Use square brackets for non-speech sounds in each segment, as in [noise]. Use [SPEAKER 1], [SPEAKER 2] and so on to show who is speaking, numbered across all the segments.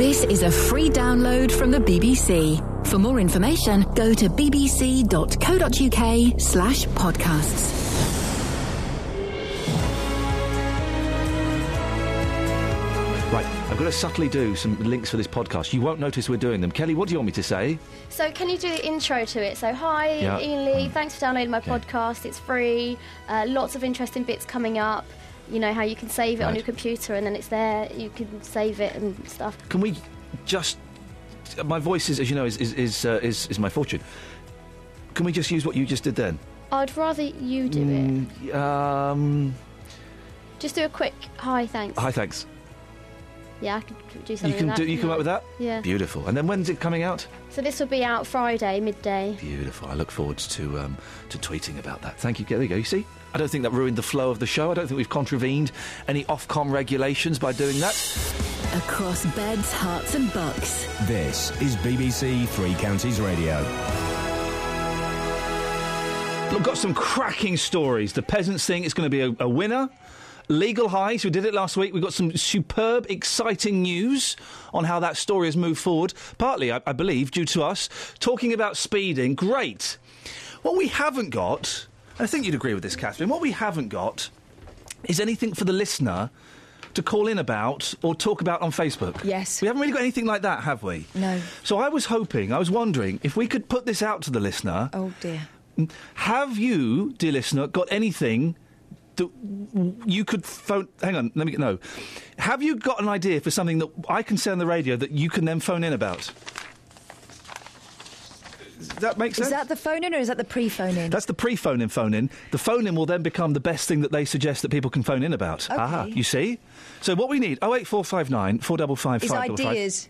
[SPEAKER 1] This is a free download from the BBC. For more information, go to bbc.co.uk slash podcasts.
[SPEAKER 2] Right, I'm going to subtly do some links for this podcast. You won't notice we're doing them. Kelly, what do you want me to say?
[SPEAKER 3] So, can you do the intro to it? So, hi,
[SPEAKER 2] Yeah. Mm.
[SPEAKER 3] Ian Lee. Thanks for downloading my podcast. It's free. Uh, lots of interesting bits coming up. You know how you can save it on
[SPEAKER 2] Right.
[SPEAKER 3] your computer and then it's there. You can save it and stuff.
[SPEAKER 2] Can we just? My voice is, as you know, is is is, uh, is, is my fortune. Can we just use what you just did then?
[SPEAKER 3] I'd rather you do it.
[SPEAKER 2] Mm, um.
[SPEAKER 3] Just do a quick hi, thanks.
[SPEAKER 2] Hi, thanks.
[SPEAKER 3] Yeah, I could do something.
[SPEAKER 2] You can
[SPEAKER 3] like
[SPEAKER 2] do.
[SPEAKER 3] that,
[SPEAKER 2] You
[SPEAKER 3] couldn't
[SPEAKER 2] come
[SPEAKER 3] I?
[SPEAKER 2] up with that.
[SPEAKER 3] Yeah.
[SPEAKER 2] Beautiful. And then when's it coming out?
[SPEAKER 3] So this will be out Friday midday.
[SPEAKER 2] Beautiful. I look forward to um, to tweeting about that. Thank you. There you go. You see, I don't think that ruined the flow of the show. I don't think we've contravened any Ofcom regulations by doing that.
[SPEAKER 1] Across beds, hearts and bucks.
[SPEAKER 4] This is BBC Three Counties Radio.
[SPEAKER 2] Look, got some cracking stories. The peasants thing is going to be a, a winner. Legal highs, we did it last week. We've got some superb, exciting news on how that story has moved forward. Partly, I, I believe, due to us talking about speeding. Great. What we haven't got, and I think you'd agree with this, Catherine, what we haven't got is anything for the listener to call in about or talk about on Facebook. Yes. We haven't really got anything like that, have we?
[SPEAKER 5] No.
[SPEAKER 2] So I was hoping, I was wondering if we could put this out to the listener.
[SPEAKER 5] Oh dear.
[SPEAKER 2] Have you, dear listener, got anything that w- you could phone? Hang on, let me get no. Have you got an idea for something that I can say on the radio that you can then phone in about? Does that make sense?
[SPEAKER 5] Is that the phone in or is that the pre phone in?
[SPEAKER 2] That's the pre-phone in phone in. The phone in will then become the best thing that they suggest that people can phone in about.
[SPEAKER 5] Okay.
[SPEAKER 2] Ah, you see. So what we need 08459 455
[SPEAKER 5] Is ideas.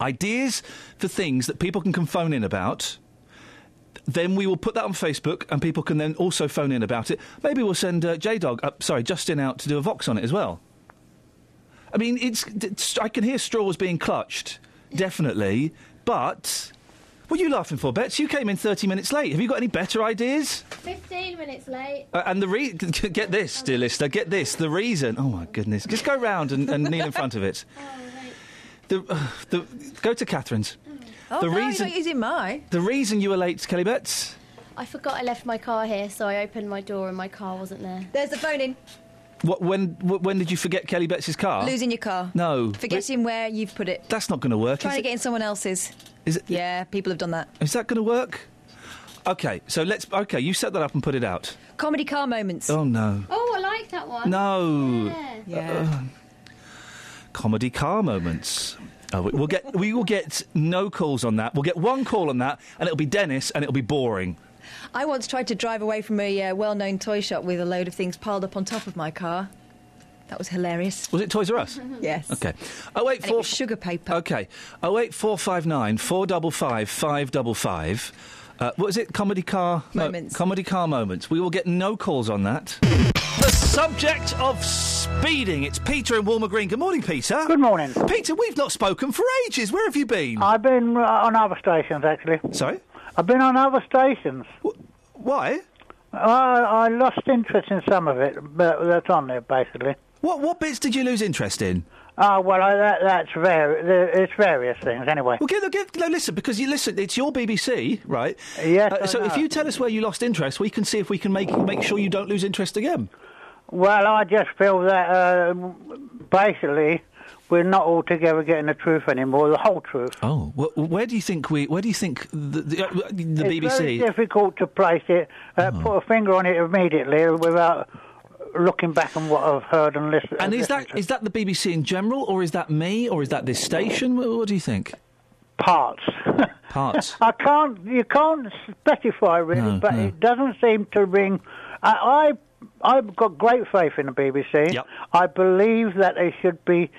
[SPEAKER 2] ideas for things that people can, can phone in about. Then we will put that on Facebook, and people can then also phone in about it. Maybe we'll send uh, J Dog, uh, sorry, Justin out to do a vox on it as well. I mean, it's, it's I can hear straws being clutched, definitely. But what are you laughing for, Bets? You came in thirty minutes late. Have you got any better ideas?
[SPEAKER 3] Fifteen minutes late.
[SPEAKER 2] Uh, and the re- get this, dear listener, get this. The reason, oh my goodness, just go round and, and kneel in front
[SPEAKER 5] [laughs]
[SPEAKER 2] of it.
[SPEAKER 5] Oh,
[SPEAKER 2] The, uh, the, go to Catherine's.
[SPEAKER 5] Oh,
[SPEAKER 2] the
[SPEAKER 5] no,
[SPEAKER 2] reason,
[SPEAKER 5] you're not using my.
[SPEAKER 2] the reason you were late, Kelly Betts.
[SPEAKER 3] I forgot I left my car here, so I opened my door and my car wasn't there.
[SPEAKER 5] There's the phone in.
[SPEAKER 2] What when wh- when did you forget Kelly Betts's car?
[SPEAKER 5] Losing your car.
[SPEAKER 2] Ah. No.
[SPEAKER 5] Forgetting where you've put it.
[SPEAKER 2] That's not going to work.
[SPEAKER 5] Trying
[SPEAKER 2] Is
[SPEAKER 5] to
[SPEAKER 2] it?
[SPEAKER 5] get in someone else's.
[SPEAKER 2] Is it- Uh.
[SPEAKER 5] Yeah, people have done that.
[SPEAKER 2] is that going to work? Okay, so let's. Okay, you set that up and put it out.
[SPEAKER 5] Comedy car moments.
[SPEAKER 2] Oh no,
[SPEAKER 3] Oh, I like that one.
[SPEAKER 2] no. Uh,
[SPEAKER 3] Yeah.
[SPEAKER 5] Yeah.
[SPEAKER 2] comedy car moments. Uh, we- we'll get we will get no calls on that. We'll get one call on that, and it'll be Dennis, and it'll be boring.
[SPEAKER 5] I once tried to drive away from a uh, well known toy shop with a load of things piled up on top of my car. That was hilarious.
[SPEAKER 2] Was it Toys
[SPEAKER 5] [laughs]
[SPEAKER 2] R Us?
[SPEAKER 3] Hmm.
[SPEAKER 5] Yes.
[SPEAKER 2] Okay. Oh wait,
[SPEAKER 5] And it
[SPEAKER 2] four
[SPEAKER 5] was sugar paper.
[SPEAKER 2] Okay. Oh wait, four five nine four double five five double five. Uh, what is it? Comedy car mo-
[SPEAKER 5] Moments.
[SPEAKER 2] comedy car moments. We will get no calls on that. the subject of speeding. It's Peter in Walmer Green. Good morning, Peter.
[SPEAKER 6] Good morning.
[SPEAKER 2] Peter, we've not spoken for ages. Where have you been?
[SPEAKER 6] I've been uh, on other stations actually.
[SPEAKER 2] Sorry.
[SPEAKER 6] I've been on other stations.
[SPEAKER 2] Wh- Why?
[SPEAKER 6] I, I lost interest in some of it, but that's on there basically.
[SPEAKER 2] What what bits did you lose interest in?
[SPEAKER 6] Oh well, I, that, that's var- there- It's various things anyway.
[SPEAKER 2] Well, get, get, no, listen, because you listen, it's your BBC, right?
[SPEAKER 6] Yes,
[SPEAKER 2] Uh,
[SPEAKER 6] I
[SPEAKER 2] so if
[SPEAKER 6] know.
[SPEAKER 2] you tell us where you lost interest, we can see if we can make make sure you don't lose interest again.
[SPEAKER 6] Well, I just feel that uh, basically we're not altogether getting the truth anymore, the whole truth.
[SPEAKER 2] Oh, wh- where do you think we? Where do you think the the, uh, the
[SPEAKER 6] It's very
[SPEAKER 2] BBC?
[SPEAKER 6] difficult to place it, uh,
[SPEAKER 2] Uh-huh.
[SPEAKER 6] put a finger on it immediately without looking back on what I've heard and listened.
[SPEAKER 2] And is
[SPEAKER 6] listened
[SPEAKER 2] that is that the BBC in general, or is that me, or is that this station? Wh- What do you think?
[SPEAKER 6] to. parts? [laughs]
[SPEAKER 2] Parts.
[SPEAKER 6] I can't. You can't specify really,
[SPEAKER 2] No,
[SPEAKER 6] but
[SPEAKER 2] no.
[SPEAKER 6] it doesn't seem to ring. I, I I've got great faith in the BBC.
[SPEAKER 2] Yep.
[SPEAKER 6] I believe that they should be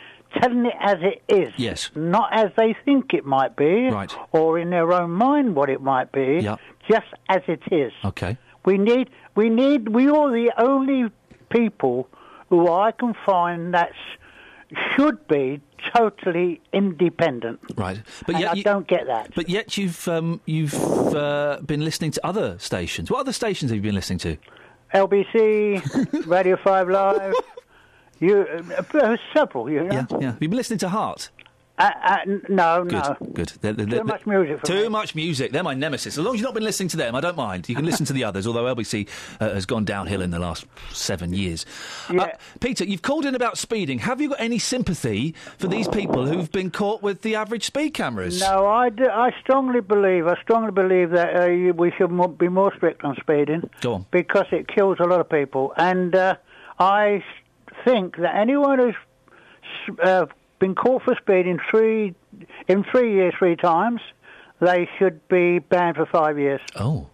[SPEAKER 6] telling it as it is.
[SPEAKER 2] Yes.
[SPEAKER 6] Not as they think it might be.
[SPEAKER 2] Right.
[SPEAKER 6] Or in their own mind what it might be.
[SPEAKER 2] Yep.
[SPEAKER 6] Just as it is.
[SPEAKER 2] Okay.
[SPEAKER 6] We need, we need, we are the only people who I can find that sh- should be totally independent.
[SPEAKER 2] Right.
[SPEAKER 6] and
[SPEAKER 2] yet
[SPEAKER 6] I
[SPEAKER 2] you-
[SPEAKER 6] don't get that.
[SPEAKER 2] But yet you've um, you've uh, been listening to other stations. What other stations have you been listening to? [laughs]
[SPEAKER 6] LBC, Radio 5 Live, you, uh, uh, several, you know.
[SPEAKER 2] yeah. Have you been listening to Heart?
[SPEAKER 6] Uh, uh, n- no,
[SPEAKER 2] Good,
[SPEAKER 6] no.
[SPEAKER 2] good. They're- they're-
[SPEAKER 6] Too
[SPEAKER 2] they're-
[SPEAKER 6] much music for
[SPEAKER 2] Too
[SPEAKER 6] me.
[SPEAKER 2] much music. They're my nemesis. As long as you've not been listening to them, I don't mind. You can listen to the others, although LBC uh, has gone downhill in the last seven years. Uh, Peter, you've called in about speeding. Have you got any sympathy for these people who've been caught with the average speed cameras?
[SPEAKER 6] No, I, do- I strongly believe, I strongly believe that uh, you- we should mo- be more strict on speeding.
[SPEAKER 2] Go on.
[SPEAKER 6] Because it kills a lot of people. And uh, I s- think that anyone who's s- uh, been caught for speeding three, in three years, three times, they should be banned for five years.
[SPEAKER 2] Oh,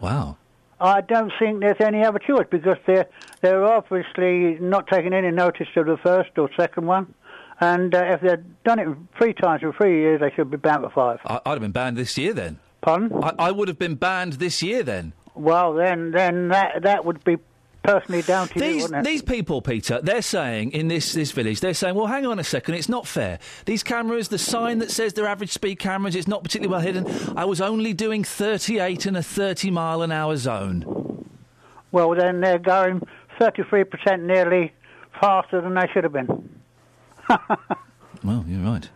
[SPEAKER 2] wow.
[SPEAKER 6] I don't think there's any other choice because they're they're obviously not taking any notice of the first or second one, and uh, if they've done it three times in three years, they should be banned for five.
[SPEAKER 2] I- I'd have been banned this year then.
[SPEAKER 6] Pardon?
[SPEAKER 2] I, I would have been banned this year then.
[SPEAKER 6] Well, then then that that would be personally down to you,
[SPEAKER 2] These
[SPEAKER 6] wouldn't it?
[SPEAKER 2] these people, Peter, they're saying in this this village, they're saying, well, hang on a second, it's not fair. These cameras, the sign that says they're average speed cameras, it's not particularly well hidden. I was only doing 38 in a 30 mile an hour zone.
[SPEAKER 6] Well, then they're going 33% nearly faster than they should have been.
[SPEAKER 2] Well,
[SPEAKER 6] [laughs]
[SPEAKER 2] you're right,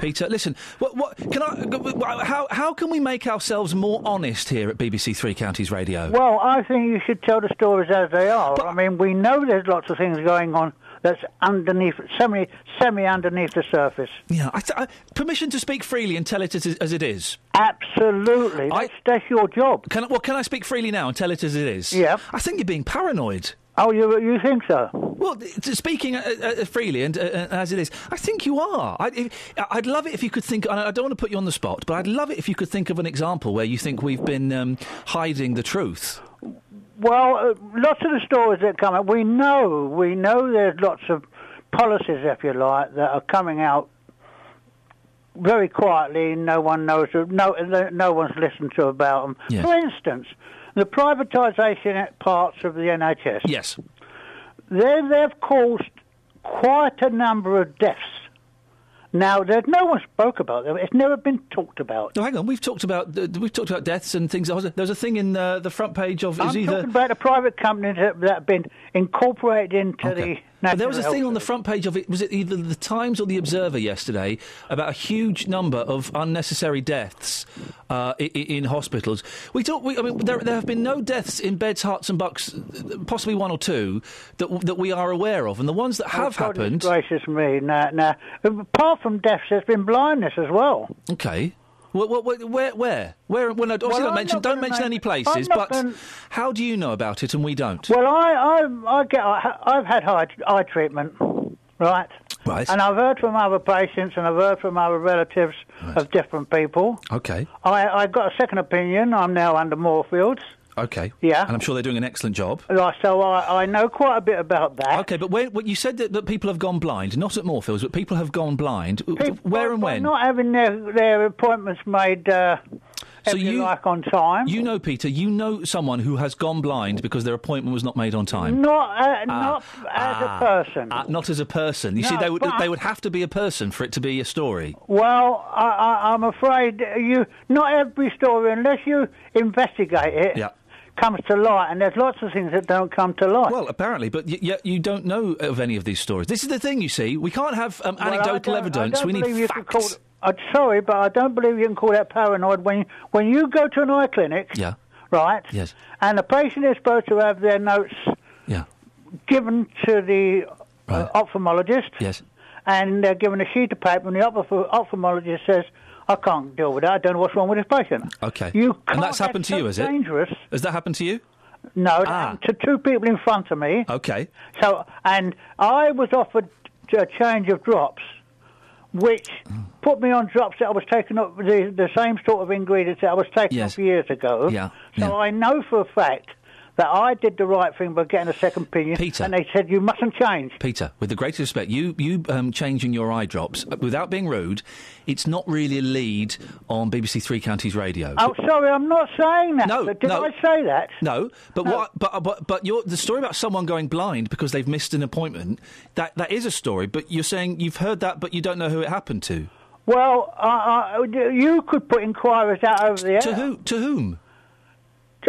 [SPEAKER 2] Peter. Listen, what, what can I? How how can we make ourselves more honest here at BBC Three Counties Radio?
[SPEAKER 6] Well, I think you should tell the stories as they are. I mean, we know there's lots of things going on that's underneath, semi semi underneath the surface.
[SPEAKER 2] Yeah, I, th- I, permission to speak freely and tell it as, as it is.
[SPEAKER 6] Absolutely. That's, that's your job.
[SPEAKER 2] Can I, well, can I speak freely now and tell it as it is?
[SPEAKER 6] Yeah.
[SPEAKER 2] I think you're being paranoid.
[SPEAKER 6] Oh, you you think so?
[SPEAKER 2] Well, th- t- speaking uh, uh, freely and uh, uh, as it is, I think you are. I, if, I'd love it if you could think, and I don't want to put you on the spot, but I'd love it if you could think of an example where you think we've been um, hiding the truth.
[SPEAKER 6] Well, uh, lots of the stories that come out, we know, we know there's lots of policies, if you like, that are coming out very quietly. No one knows, no, no one's listened to about them.
[SPEAKER 2] Yes.
[SPEAKER 6] For instance, the privatisation parts of the NHS.
[SPEAKER 2] Yes.
[SPEAKER 6] they, they've caused quite a number of deaths. Now, there's no one spoke about them. It's never been talked about.
[SPEAKER 2] No, hang on. We've talked about uh, we've talked about deaths and things. There was a, there was a thing in uh, the front page of.
[SPEAKER 6] I'm
[SPEAKER 2] is either,
[SPEAKER 6] talking about the private companies that, that have been incorporated into the
[SPEAKER 2] Okay.
[SPEAKER 6] national.
[SPEAKER 2] But there was a
[SPEAKER 6] health
[SPEAKER 2] thing on the
[SPEAKER 6] service.
[SPEAKER 2] front page of it. Was it either the Times or the Observer yesterday about a huge number of unnecessary deaths uh, in, in hospitals? We talk. We, I mean, there, there have been no deaths in beds, hearts, and bucks. uh, Possibly one or two that that we are aware of, and the ones that have
[SPEAKER 6] Oh, God,
[SPEAKER 2] happened.
[SPEAKER 6] Gracious me! Now, now, apart from deaths, there's been blindness as well.
[SPEAKER 2] Okay. Where, where, where, where? where well, no, obviously
[SPEAKER 6] Well,
[SPEAKER 2] don't
[SPEAKER 6] I'm
[SPEAKER 2] mention,
[SPEAKER 6] not
[SPEAKER 2] don't
[SPEAKER 6] gonna
[SPEAKER 2] mention
[SPEAKER 6] make-
[SPEAKER 2] any
[SPEAKER 6] I'm
[SPEAKER 2] places.
[SPEAKER 6] not
[SPEAKER 2] But
[SPEAKER 6] gonna-
[SPEAKER 2] how do you know about it and we don't?
[SPEAKER 6] Well, I, I, I get, I, I've had eye, eye treatment, right?
[SPEAKER 2] Right.
[SPEAKER 6] And I've heard from other patients, and I've heard from other relatives of different people.
[SPEAKER 2] okay.
[SPEAKER 6] I, I got a second opinion. I'm now under Moorfields.
[SPEAKER 2] Okay.
[SPEAKER 6] Yeah.
[SPEAKER 2] And I'm sure they're doing an excellent job.
[SPEAKER 6] Right, So I, I know quite a bit about that.
[SPEAKER 2] Okay, but when, when you said that, that people have gone blind, not at Moorfields, but people have gone blind.
[SPEAKER 6] People
[SPEAKER 2] Where and
[SPEAKER 6] are
[SPEAKER 2] when?
[SPEAKER 6] Not having their, their appointments made, uh,
[SPEAKER 2] So
[SPEAKER 6] if you,
[SPEAKER 2] you-
[SPEAKER 6] like, on time.
[SPEAKER 2] You know, Peter, you know someone who has gone blind because their appointment was not made on time.
[SPEAKER 6] Not,
[SPEAKER 2] Ah.
[SPEAKER 6] uh, not as a person.
[SPEAKER 2] Uh, not as a person. You see,
[SPEAKER 6] No,
[SPEAKER 2] they would
[SPEAKER 6] but-
[SPEAKER 2] they would have to be a person for it to be a story.
[SPEAKER 6] well, I, I, I'm afraid you. Not every story, unless you investigate it,
[SPEAKER 2] Yeah.
[SPEAKER 6] comes to light. And there's lots of things that don't come to light.
[SPEAKER 2] Well, apparently, but y- yet you don't know of any of these stories. This is the thing, you see. We can't have um,
[SPEAKER 6] Well, I
[SPEAKER 2] anecdotal
[SPEAKER 6] don't- I
[SPEAKER 2] evidence.
[SPEAKER 6] don't
[SPEAKER 2] We
[SPEAKER 6] believe
[SPEAKER 2] need
[SPEAKER 6] you can
[SPEAKER 2] facts.
[SPEAKER 6] call- I'm sorry, but I don't believe you can call that paranoid when when you go to an eye clinic.
[SPEAKER 2] Yeah.
[SPEAKER 6] Right.
[SPEAKER 2] Yes.
[SPEAKER 6] And the patient is supposed to have their notes
[SPEAKER 2] Yeah.
[SPEAKER 6] given to the
[SPEAKER 2] Right.
[SPEAKER 6] uh, ophthalmologist.
[SPEAKER 2] Yes.
[SPEAKER 6] And they're given a sheet of paper, and the ophthalmo- ophthalmologist says, "I can't deal with that. I don't know what's wrong with this patient."
[SPEAKER 2] Okay.
[SPEAKER 6] You can't
[SPEAKER 2] and
[SPEAKER 6] that's
[SPEAKER 2] that's happened to
[SPEAKER 6] so
[SPEAKER 2] you, is it?
[SPEAKER 6] Dangerous.
[SPEAKER 2] Has that happened to you?
[SPEAKER 6] No, it
[SPEAKER 2] Ah.
[SPEAKER 6] happened to two people in front of me.
[SPEAKER 2] Okay.
[SPEAKER 6] So, and I was offered t- a change of drops, which put me on drops that I was taking up the, the same sort of ingredients that I was taking
[SPEAKER 2] Yes.
[SPEAKER 6] up years ago.
[SPEAKER 2] Yeah,
[SPEAKER 6] So
[SPEAKER 2] yeah.
[SPEAKER 6] I know for a fact that I did the right thing by getting a second opinion.
[SPEAKER 2] Peter.
[SPEAKER 6] And they said you mustn't change.
[SPEAKER 2] Peter, with the greatest respect, you you um, changing your eye drops uh, without being rude. It's not really a lead on BBC Three Counties Radio.
[SPEAKER 6] Oh, sorry, I'm not saying that.
[SPEAKER 2] No,
[SPEAKER 6] but did
[SPEAKER 2] no.
[SPEAKER 6] I say that?
[SPEAKER 2] No, but what? But uh, but but your the story about someone going blind because they've missed an appointment. That that is a story. But you're saying you've heard that, but you don't know who it happened to.
[SPEAKER 6] Well, I I- you could put inquiries out over the air.
[SPEAKER 2] To who? To whom?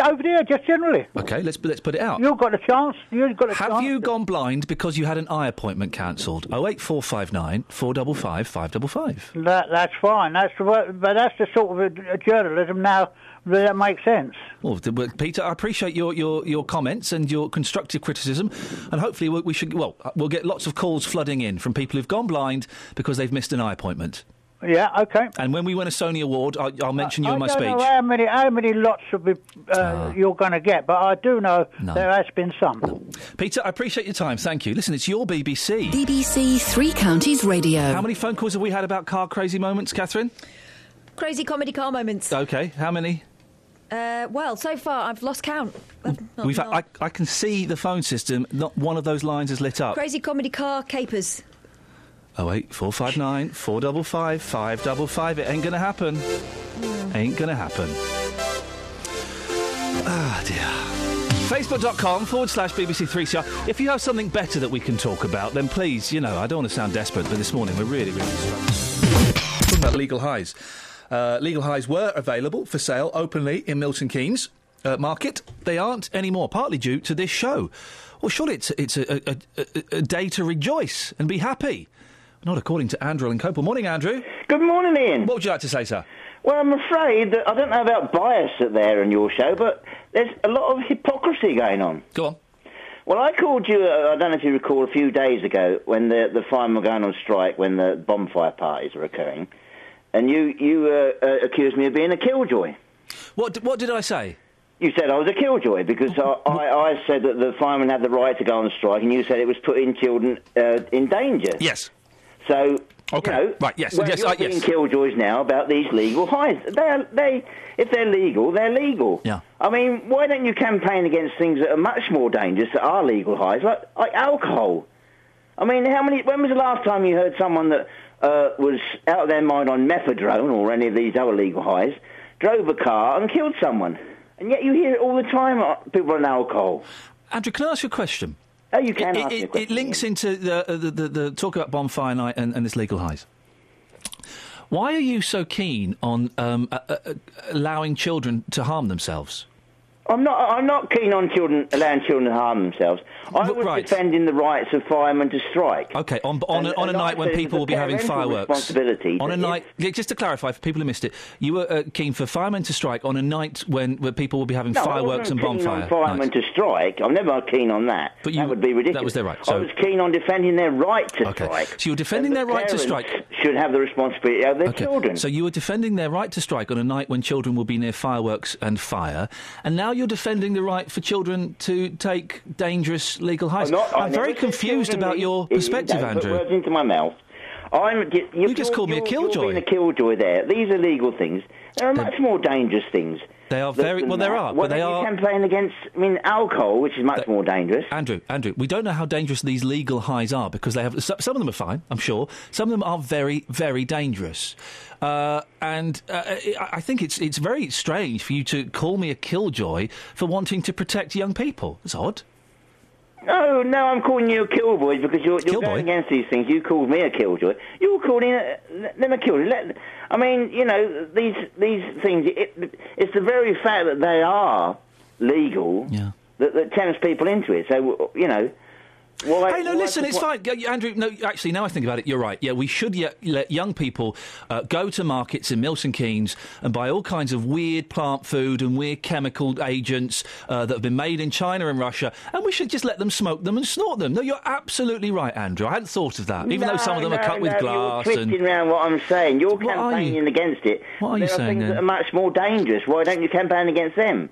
[SPEAKER 6] over there, just generally.
[SPEAKER 2] Okay, let's let's put it out.
[SPEAKER 6] You've got a chance. You've got a chance.
[SPEAKER 2] Have you gone blind because you had an eye appointment cancelled? 08459 455 555.
[SPEAKER 6] That, that's fine. That's the, wo- but that's the sort of uh, journalism now that makes sense.
[SPEAKER 2] Well, th- well, Peter, I appreciate your, your, your comments and your constructive criticism, and hopefully we, we should well uh, we'll get lots of calls flooding in from people who've gone blind because they've missed an eye appointment.
[SPEAKER 6] Yeah, okay.
[SPEAKER 2] And when we win a Sony award, I, I'll mention you in my
[SPEAKER 6] I don't
[SPEAKER 2] speech. Ah.
[SPEAKER 6] know how many how many lots will be uh, you're going to get, but I do know there has been some.
[SPEAKER 2] Peter, I appreciate your time. Thank you. Listen, it's your BBC.
[SPEAKER 1] BBC Three Counties Radio.
[SPEAKER 2] How many phone calls have we had about car crazy moments, Catherine?
[SPEAKER 5] Crazy comedy car moments.
[SPEAKER 2] Okay, how many?
[SPEAKER 5] Uh, well, so far I've lost count. Not-
[SPEAKER 2] We've.
[SPEAKER 5] not-
[SPEAKER 2] I, I can see the phone system. Not one of those lines is lit up.
[SPEAKER 5] Crazy comedy car capers.
[SPEAKER 2] Oh eight four five nine four double five five double five. It ain't gonna happen. Ain't gonna happen. Ah dear. Facebook.com forward slash BBC Three CR. If you have something better that we can talk about, then please, you know, I don't want to sound desperate, but this morning we're really, really struggling. Talking about legal highs. Uh, legal highs were available for sale openly in Milton Keynes uh, Market. They aren't anymore, partly due to this show. Well, surely it's, it's a, a, a, a day to rejoice and be happy. Not according to Andrew and Copel. Morning, Andrew.
[SPEAKER 7] Good morning, Ian.
[SPEAKER 2] What would you like to say, sir?
[SPEAKER 7] Well, I'm afraid that I don't know about bias at there on your show, but there's a lot of hypocrisy going on.
[SPEAKER 2] Go on.
[SPEAKER 7] Well, I called you. Uh, I don't know if you recall a few days ago when the the firemen were going on strike when the bonfire parties were occurring, and you you uh, uh, accused me of being a killjoy.
[SPEAKER 2] What d- what did I say?
[SPEAKER 7] You said I was a killjoy because I, I, I said that the firemen had the right to go on strike, and you said it was putting children uh, in danger.
[SPEAKER 2] Yes.
[SPEAKER 7] So.
[SPEAKER 2] Okay.
[SPEAKER 7] You know,
[SPEAKER 2] Right, yes,
[SPEAKER 7] where
[SPEAKER 2] yes,
[SPEAKER 7] you're
[SPEAKER 2] uh, yes.
[SPEAKER 7] being killjoys now about these legal highs. They are, they if they're legal, they're legal.
[SPEAKER 2] Yeah.
[SPEAKER 7] I mean, why don't you campaign against things that are much more dangerous that are legal highs, like, like alcohol? I mean, how many? When was the last time you heard someone that uh, was out of their mind on methadone or any of these other legal highs drove a car and killed someone? And yet you hear it all the time. uh, People on alcohol.
[SPEAKER 2] Andrew, can I ask you a question?
[SPEAKER 7] Oh, you can
[SPEAKER 2] It,
[SPEAKER 7] ask me a
[SPEAKER 2] it, it
[SPEAKER 7] question,
[SPEAKER 2] links
[SPEAKER 7] Ian.
[SPEAKER 2] into the, uh, the, the, the talk about bonfire night and, and this legal highs. Why are you so keen on um, uh, uh, uh, allowing children to harm themselves?
[SPEAKER 7] I'm not. I'm not keen on children allowing children to harm themselves. I
[SPEAKER 2] Look,
[SPEAKER 7] was
[SPEAKER 2] right.
[SPEAKER 7] defending the rights of firemen to strike.
[SPEAKER 2] Okay, on on,
[SPEAKER 7] And-
[SPEAKER 2] a, on a
[SPEAKER 7] and I
[SPEAKER 2] night when
[SPEAKER 7] said it
[SPEAKER 2] people
[SPEAKER 7] was
[SPEAKER 2] will
[SPEAKER 7] a
[SPEAKER 2] be having
[SPEAKER 7] parental
[SPEAKER 2] fireworks.
[SPEAKER 7] responsibility
[SPEAKER 2] on a
[SPEAKER 7] that
[SPEAKER 2] night, yeah, just to clarify for people who missed it, you were uh, keen for firemen to strike on a night when where people will be having
[SPEAKER 7] No,
[SPEAKER 2] fireworks
[SPEAKER 7] I
[SPEAKER 2] and
[SPEAKER 7] wasn't keen
[SPEAKER 2] bonfire.
[SPEAKER 7] on firemen
[SPEAKER 2] nights.
[SPEAKER 7] to strike. I'm never keen on that.
[SPEAKER 2] But you-
[SPEAKER 7] that would be ridiculous.
[SPEAKER 2] that was their right,
[SPEAKER 7] I
[SPEAKER 2] so-
[SPEAKER 7] was keen on defending their right to
[SPEAKER 2] Okay.
[SPEAKER 7] strike.
[SPEAKER 2] So you're defending
[SPEAKER 7] And
[SPEAKER 2] their
[SPEAKER 7] the
[SPEAKER 2] right to
[SPEAKER 7] parents
[SPEAKER 2] strike.
[SPEAKER 7] Should have the responsibility of their
[SPEAKER 2] Okay,
[SPEAKER 7] children.
[SPEAKER 2] So you were defending their right to strike on a night when children will be near fireworks and fire, and now you're defending the right for children to take dangerous legal heists.
[SPEAKER 7] I'm, not, I
[SPEAKER 2] I'm very
[SPEAKER 7] never said
[SPEAKER 2] confused
[SPEAKER 7] children
[SPEAKER 2] about
[SPEAKER 7] need-
[SPEAKER 2] your
[SPEAKER 7] you
[SPEAKER 2] perspective,
[SPEAKER 7] don't Put
[SPEAKER 2] Andrew.
[SPEAKER 7] words into my mouth. I'm, you, you
[SPEAKER 2] just called me a killjoy.
[SPEAKER 7] You're being a killjoy there. These are legal things. There are
[SPEAKER 2] They're-
[SPEAKER 7] much more dangerous things.
[SPEAKER 2] They are
[SPEAKER 7] than-
[SPEAKER 2] very-
[SPEAKER 7] than
[SPEAKER 2] well, there
[SPEAKER 7] that.
[SPEAKER 2] are,
[SPEAKER 7] Why
[SPEAKER 2] but they
[SPEAKER 7] don't you
[SPEAKER 2] are-
[SPEAKER 7] campaign against. I mean, alcohol, which is much more dangerous.
[SPEAKER 2] Andrew, Andrew, we don't know how dangerous these legal highs are because they have so- some of them are fine, I'm sure. Some of them are very, very dangerous, uh, and uh, I I think it's it's very strange for you to call me a killjoy for wanting to protect young people. It's odd.
[SPEAKER 7] No, Oh, no, I'm calling you a killjoy because you're, you're
[SPEAKER 2] Killboy?
[SPEAKER 7] going against these things. You called me a killjoy. You're calling uh, them a killjoy. Let, I mean, you know, these these things. It, it's the very fact that they are legal
[SPEAKER 2] Yeah.
[SPEAKER 7] that, that tempts people into it. So you know, why,
[SPEAKER 2] Hey, no,
[SPEAKER 7] why-
[SPEAKER 2] listen, it's
[SPEAKER 7] why-
[SPEAKER 2] fine. Yeah, yeah, Andrew, no, actually, now I think about it, you're right. Yeah, we should ye- let young people uh, go to markets in Milton Keynes and buy all kinds of weird plant food and weird chemical agents uh, that have been made in China and Russia, and we should just let them smoke them and snort them. No, you're absolutely right, Andrew. I hadn't thought of that, even though some of them
[SPEAKER 7] No,
[SPEAKER 2] are
[SPEAKER 7] no,
[SPEAKER 2] cut with
[SPEAKER 7] no,
[SPEAKER 2] glass
[SPEAKER 7] You're
[SPEAKER 2] and.
[SPEAKER 7] twisting around what I'm saying. You're
[SPEAKER 2] What are
[SPEAKER 7] campaigning
[SPEAKER 2] you-
[SPEAKER 7] against it.
[SPEAKER 2] what are you
[SPEAKER 7] there
[SPEAKER 2] saying
[SPEAKER 7] are things
[SPEAKER 2] then?
[SPEAKER 7] that are much more dangerous. Why don't you campaign against them?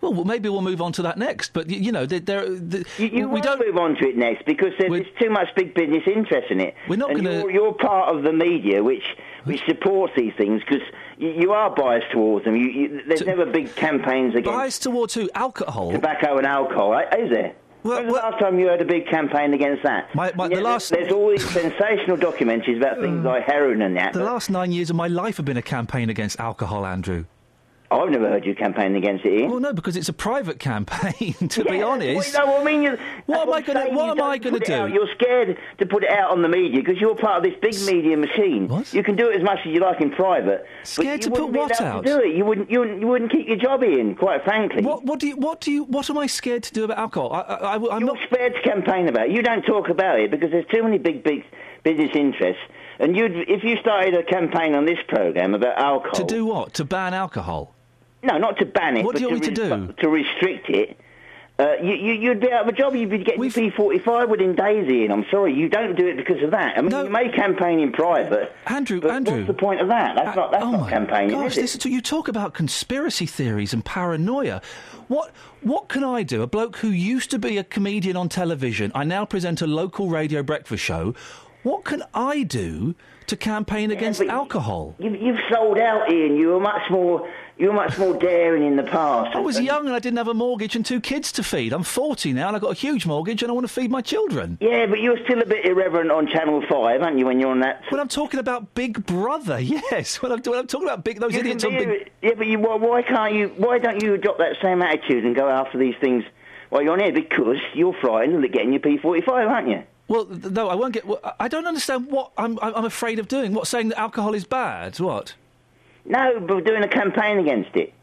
[SPEAKER 2] Well, well, maybe we'll move on to that next, but, y- you know, there, there, the-
[SPEAKER 7] You, you
[SPEAKER 2] we
[SPEAKER 7] won't
[SPEAKER 2] don't.
[SPEAKER 7] move on to it next because there's
[SPEAKER 2] We're-
[SPEAKER 7] there's too much big business interest in it.
[SPEAKER 2] We're not
[SPEAKER 7] And
[SPEAKER 2] gonna-
[SPEAKER 7] You're, you're part of the media which which supports these things because you, you are biased towards them. You, you, there's
[SPEAKER 2] To-
[SPEAKER 7] never big campaigns against
[SPEAKER 2] Bias towards who? Alcohol?
[SPEAKER 7] tobacco and alcohol, right? is there?
[SPEAKER 2] Well-
[SPEAKER 7] when was
[SPEAKER 2] well-
[SPEAKER 7] the last time you heard a big campaign against that?
[SPEAKER 2] My- my-
[SPEAKER 7] And
[SPEAKER 2] the
[SPEAKER 7] yet
[SPEAKER 2] last-
[SPEAKER 7] There's all these sensational
[SPEAKER 2] [sighs]
[SPEAKER 7] documentaries about things like heroin and that.
[SPEAKER 2] The last nine years of my life have been a campaign against alcohol, Andrew.
[SPEAKER 7] I've never heard you campaign against it, Ian.
[SPEAKER 2] Well, no, because it's a private campaign. [laughs] To be
[SPEAKER 7] Yeah,
[SPEAKER 2] honest,
[SPEAKER 7] well, no, I mean, you-
[SPEAKER 2] What am
[SPEAKER 7] I'm
[SPEAKER 2] I gonna-
[SPEAKER 7] saying,
[SPEAKER 2] what
[SPEAKER 7] you
[SPEAKER 2] am I
[SPEAKER 7] don't
[SPEAKER 2] gonna
[SPEAKER 7] put it
[SPEAKER 2] do?
[SPEAKER 7] out. You're scared to put it out on the media because you're part of this big media machine. You can do it as much as you like in private.
[SPEAKER 2] Scared
[SPEAKER 7] but
[SPEAKER 2] to
[SPEAKER 7] you
[SPEAKER 2] put
[SPEAKER 7] wouldn't be
[SPEAKER 2] what
[SPEAKER 7] allowed
[SPEAKER 2] out?
[SPEAKER 7] To do it. You wouldn't. You wouldn't, you wouldn't keep your job, Ian. Quite frankly.
[SPEAKER 2] What, what do you? What do you? What am I scared to do about alcohol? I, I, I, am
[SPEAKER 7] you're scared to campaign about. it. You don't talk about it because there's too many big, big business interests. And you'd, if you started a campaign on this program about alcohol,
[SPEAKER 2] to do what? To ban alcohol?
[SPEAKER 7] no, not to ban it.
[SPEAKER 2] What
[SPEAKER 7] but
[SPEAKER 2] do you want me to
[SPEAKER 7] res-
[SPEAKER 2] do?
[SPEAKER 7] but To restrict it. Uh, you, you, you'd be out of a job. You'd be getting P45 within days, Ian. I'm sorry, you don't do it because of that. I mean, you may campaign in private.
[SPEAKER 2] Andrew,
[SPEAKER 7] but
[SPEAKER 2] Andrew.
[SPEAKER 7] what's the point of that? That's not that's
[SPEAKER 2] oh
[SPEAKER 7] not
[SPEAKER 2] my
[SPEAKER 7] campaigning,
[SPEAKER 2] gosh,
[SPEAKER 7] is it?
[SPEAKER 2] this is- you talk about conspiracy theories and paranoia. What what can I do? A bloke who used to be a comedian on television, I now present a local radio breakfast show. What can I do to campaign against alcohol?
[SPEAKER 7] You've, you've sold out, Ian. You were much more you were much more daring in the past.
[SPEAKER 2] I was young and I didn't have a mortgage and two kids to feed. I'm 40 now and I've got a huge mortgage and I want to feed my children.
[SPEAKER 7] Yeah, but you were still a bit irreverent on Channel Five, aren't you? When you're on that.
[SPEAKER 2] When I'm talking about Big Brother, [laughs] yes. When I'm, when I'm talking about big, those
[SPEAKER 7] You can
[SPEAKER 2] idiots on
[SPEAKER 7] be
[SPEAKER 2] Big
[SPEAKER 7] irre- Yeah, but you, why, why can't you? Why don't you adopt that same attitude and go after these things while you're on air? Because you're frightened of getting your P45, aren't you?
[SPEAKER 2] Well, th- no, I won't get. Well, I- I don't understand what I'm. I'm I'm afraid of doing. What saying that alcohol is bad? What?
[SPEAKER 7] No, but we're doing a campaign against it.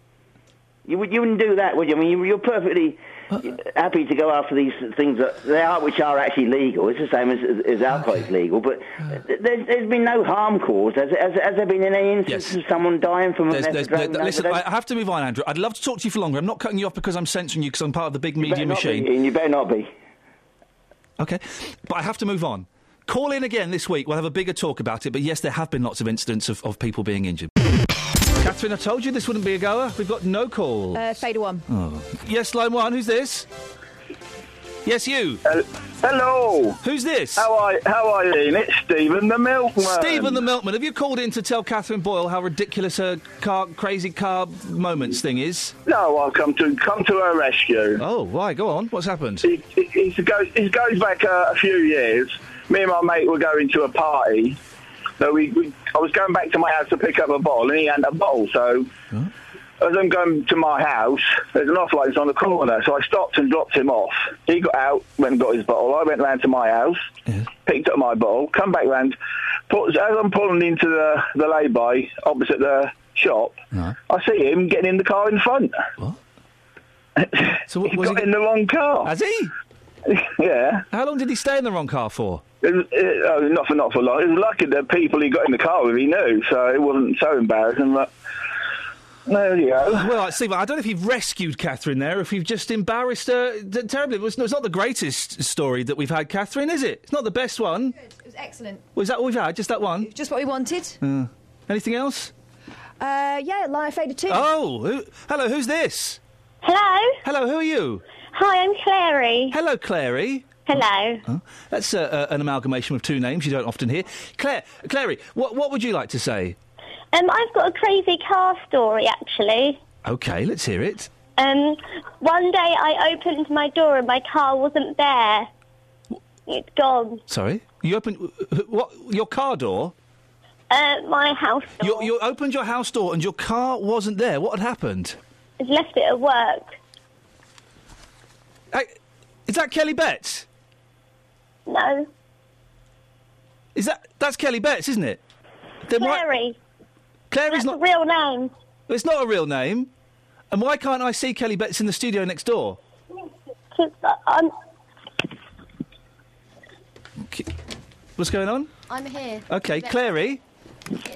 [SPEAKER 7] You, would, you wouldn't do that, would you? I mean, you, you're perfectly
[SPEAKER 2] Uh,
[SPEAKER 7] happy to go after these things that they are, which are actually legal. It's the same as, as, as alcohol is legal, but
[SPEAKER 2] Uh.
[SPEAKER 7] th- there's, there's been no harm caused. Has, has, has there been any instance of someone dying from a
[SPEAKER 2] There's, there's,
[SPEAKER 7] methadone
[SPEAKER 2] there- listen,
[SPEAKER 7] overdose?
[SPEAKER 2] I have to move on, Andrew. I'd love to talk to you for longer. I'm not cutting you off because I'm censoring you because I'm part of the big media
[SPEAKER 7] better not be,
[SPEAKER 2] machine.
[SPEAKER 7] Ian, you better not be.
[SPEAKER 2] Okay, but I have to move on. Call in again this week. We'll have a bigger talk about it. But yes, there have been lots of incidents of, of people being injured. Catherine, I told you this wouldn't be a goer. We've got no call.
[SPEAKER 5] Uh, fader one.
[SPEAKER 2] Oh. Yes, line one. Who's this? Yes, you.
[SPEAKER 7] Uh,
[SPEAKER 8] Hello.
[SPEAKER 2] Who's this?
[SPEAKER 8] How are how are you? Ian? It's Stephen the Milkman.
[SPEAKER 2] Stephen
[SPEAKER 7] um,
[SPEAKER 2] the Milkman, have you called in to tell Catherine Boyle how ridiculous her car, crazy car moments
[SPEAKER 7] [laughs]
[SPEAKER 2] thing is?
[SPEAKER 8] No, I've come to come to her rescue.
[SPEAKER 2] Oh, why? Go on. What's happened?
[SPEAKER 8] He, he, he goes he goes back uh, a few years. Me and my mate were going to a party. So we, we I was going back to my house to pick up a bottle, and he hadn't a bottle. So as I'm going to my house, there's an offloads on the corner. So I stopped and dropped him off. He got out, went and got his bottle. I went round to my house, picked up my bottle, come back round. Put, as I'm pulling into the, the lay-by opposite the shop, I see him getting in the car in front. [laughs] What?
[SPEAKER 2] so
[SPEAKER 8] he got in the wrong car.
[SPEAKER 2] Has he?
[SPEAKER 8] yeah.
[SPEAKER 2] How long did he stay in the wrong car for?
[SPEAKER 8] It was, it, oh, not for not for long. It was lucky the people he got in the car with he knew, so it wasn't so embarrassing. But there you go.
[SPEAKER 2] Well, Stephen, I don't know if you've rescued Catherine there, if you've just embarrassed her t- terribly. It's not it's not the greatest story that we've had, Catherine, is it? It's not the best one.
[SPEAKER 5] It was excellent.
[SPEAKER 2] Was that all we've had? Just that one?
[SPEAKER 5] Just what we wanted.
[SPEAKER 2] Uh, anything else?
[SPEAKER 5] Uh, yeah, line fader two.
[SPEAKER 2] Oh, who, hello, who's this?
[SPEAKER 9] Hello.
[SPEAKER 2] Hello, who are you?
[SPEAKER 9] Hi, I'm Clary.
[SPEAKER 2] Hello, Clary.
[SPEAKER 9] Hello.
[SPEAKER 2] Oh, that's uh, uh, an amalgamation of two names you don't often hear. Claire, Clary, what, what would you like to say?
[SPEAKER 9] Um, I've got a crazy car story actually.
[SPEAKER 2] Okay, let's hear it.
[SPEAKER 9] Um, one day I opened my door and my car wasn't there. It's gone.
[SPEAKER 2] Sorry, you opened what your car door?
[SPEAKER 9] Uh, my house
[SPEAKER 2] You, you opened your house door and your car wasn't there. What had happened?
[SPEAKER 9] has left it at work.
[SPEAKER 2] Hey, is that Kelly Betts?
[SPEAKER 9] No.
[SPEAKER 2] Is that that's Kelly Betts, isn't it? Then why-
[SPEAKER 9] Clary.
[SPEAKER 2] Clary's
[SPEAKER 9] not a real name.
[SPEAKER 2] It's not a real name. And why can't I see Kelly Betts in the studio next door?
[SPEAKER 9] 'Cause I- I'm,
[SPEAKER 2] K- What's going on?
[SPEAKER 3] I'm here.
[SPEAKER 2] Okay, Clary.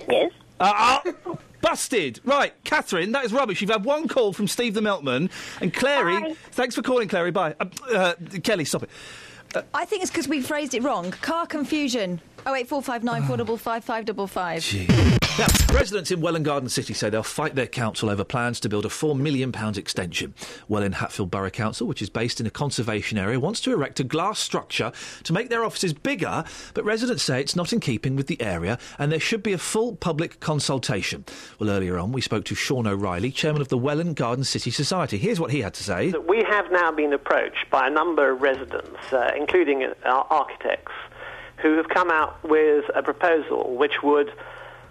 [SPEAKER 9] Yes.
[SPEAKER 2] Uh, oh, busted. Right, Catherine, that is rubbish. You've had one call from Steve the Meltman. And Clary, thanks for calling, Clary. Bye. Uh, uh, Kelly, stop it. Uh,
[SPEAKER 5] I think it's because we phrased it wrong. Car confusion. Oh wait, four five nine four double five five double five.
[SPEAKER 2] Now, residents in Welland Garden City say they'll fight their council over plans to build a £4 million extension. Welland Hatfield Borough Council, which is based in a conservation area, wants to erect a glass structure to make their offices bigger, but residents say it's not in keeping with the area and there should be a full public consultation. Well, earlier on, we spoke to Sean O'Reilly, chairman of the Welland Garden City Society. Here's what he had to say.
[SPEAKER 10] that we have now been approached by a number of residents, uh, including uh, our architects, who have come out with a proposal which would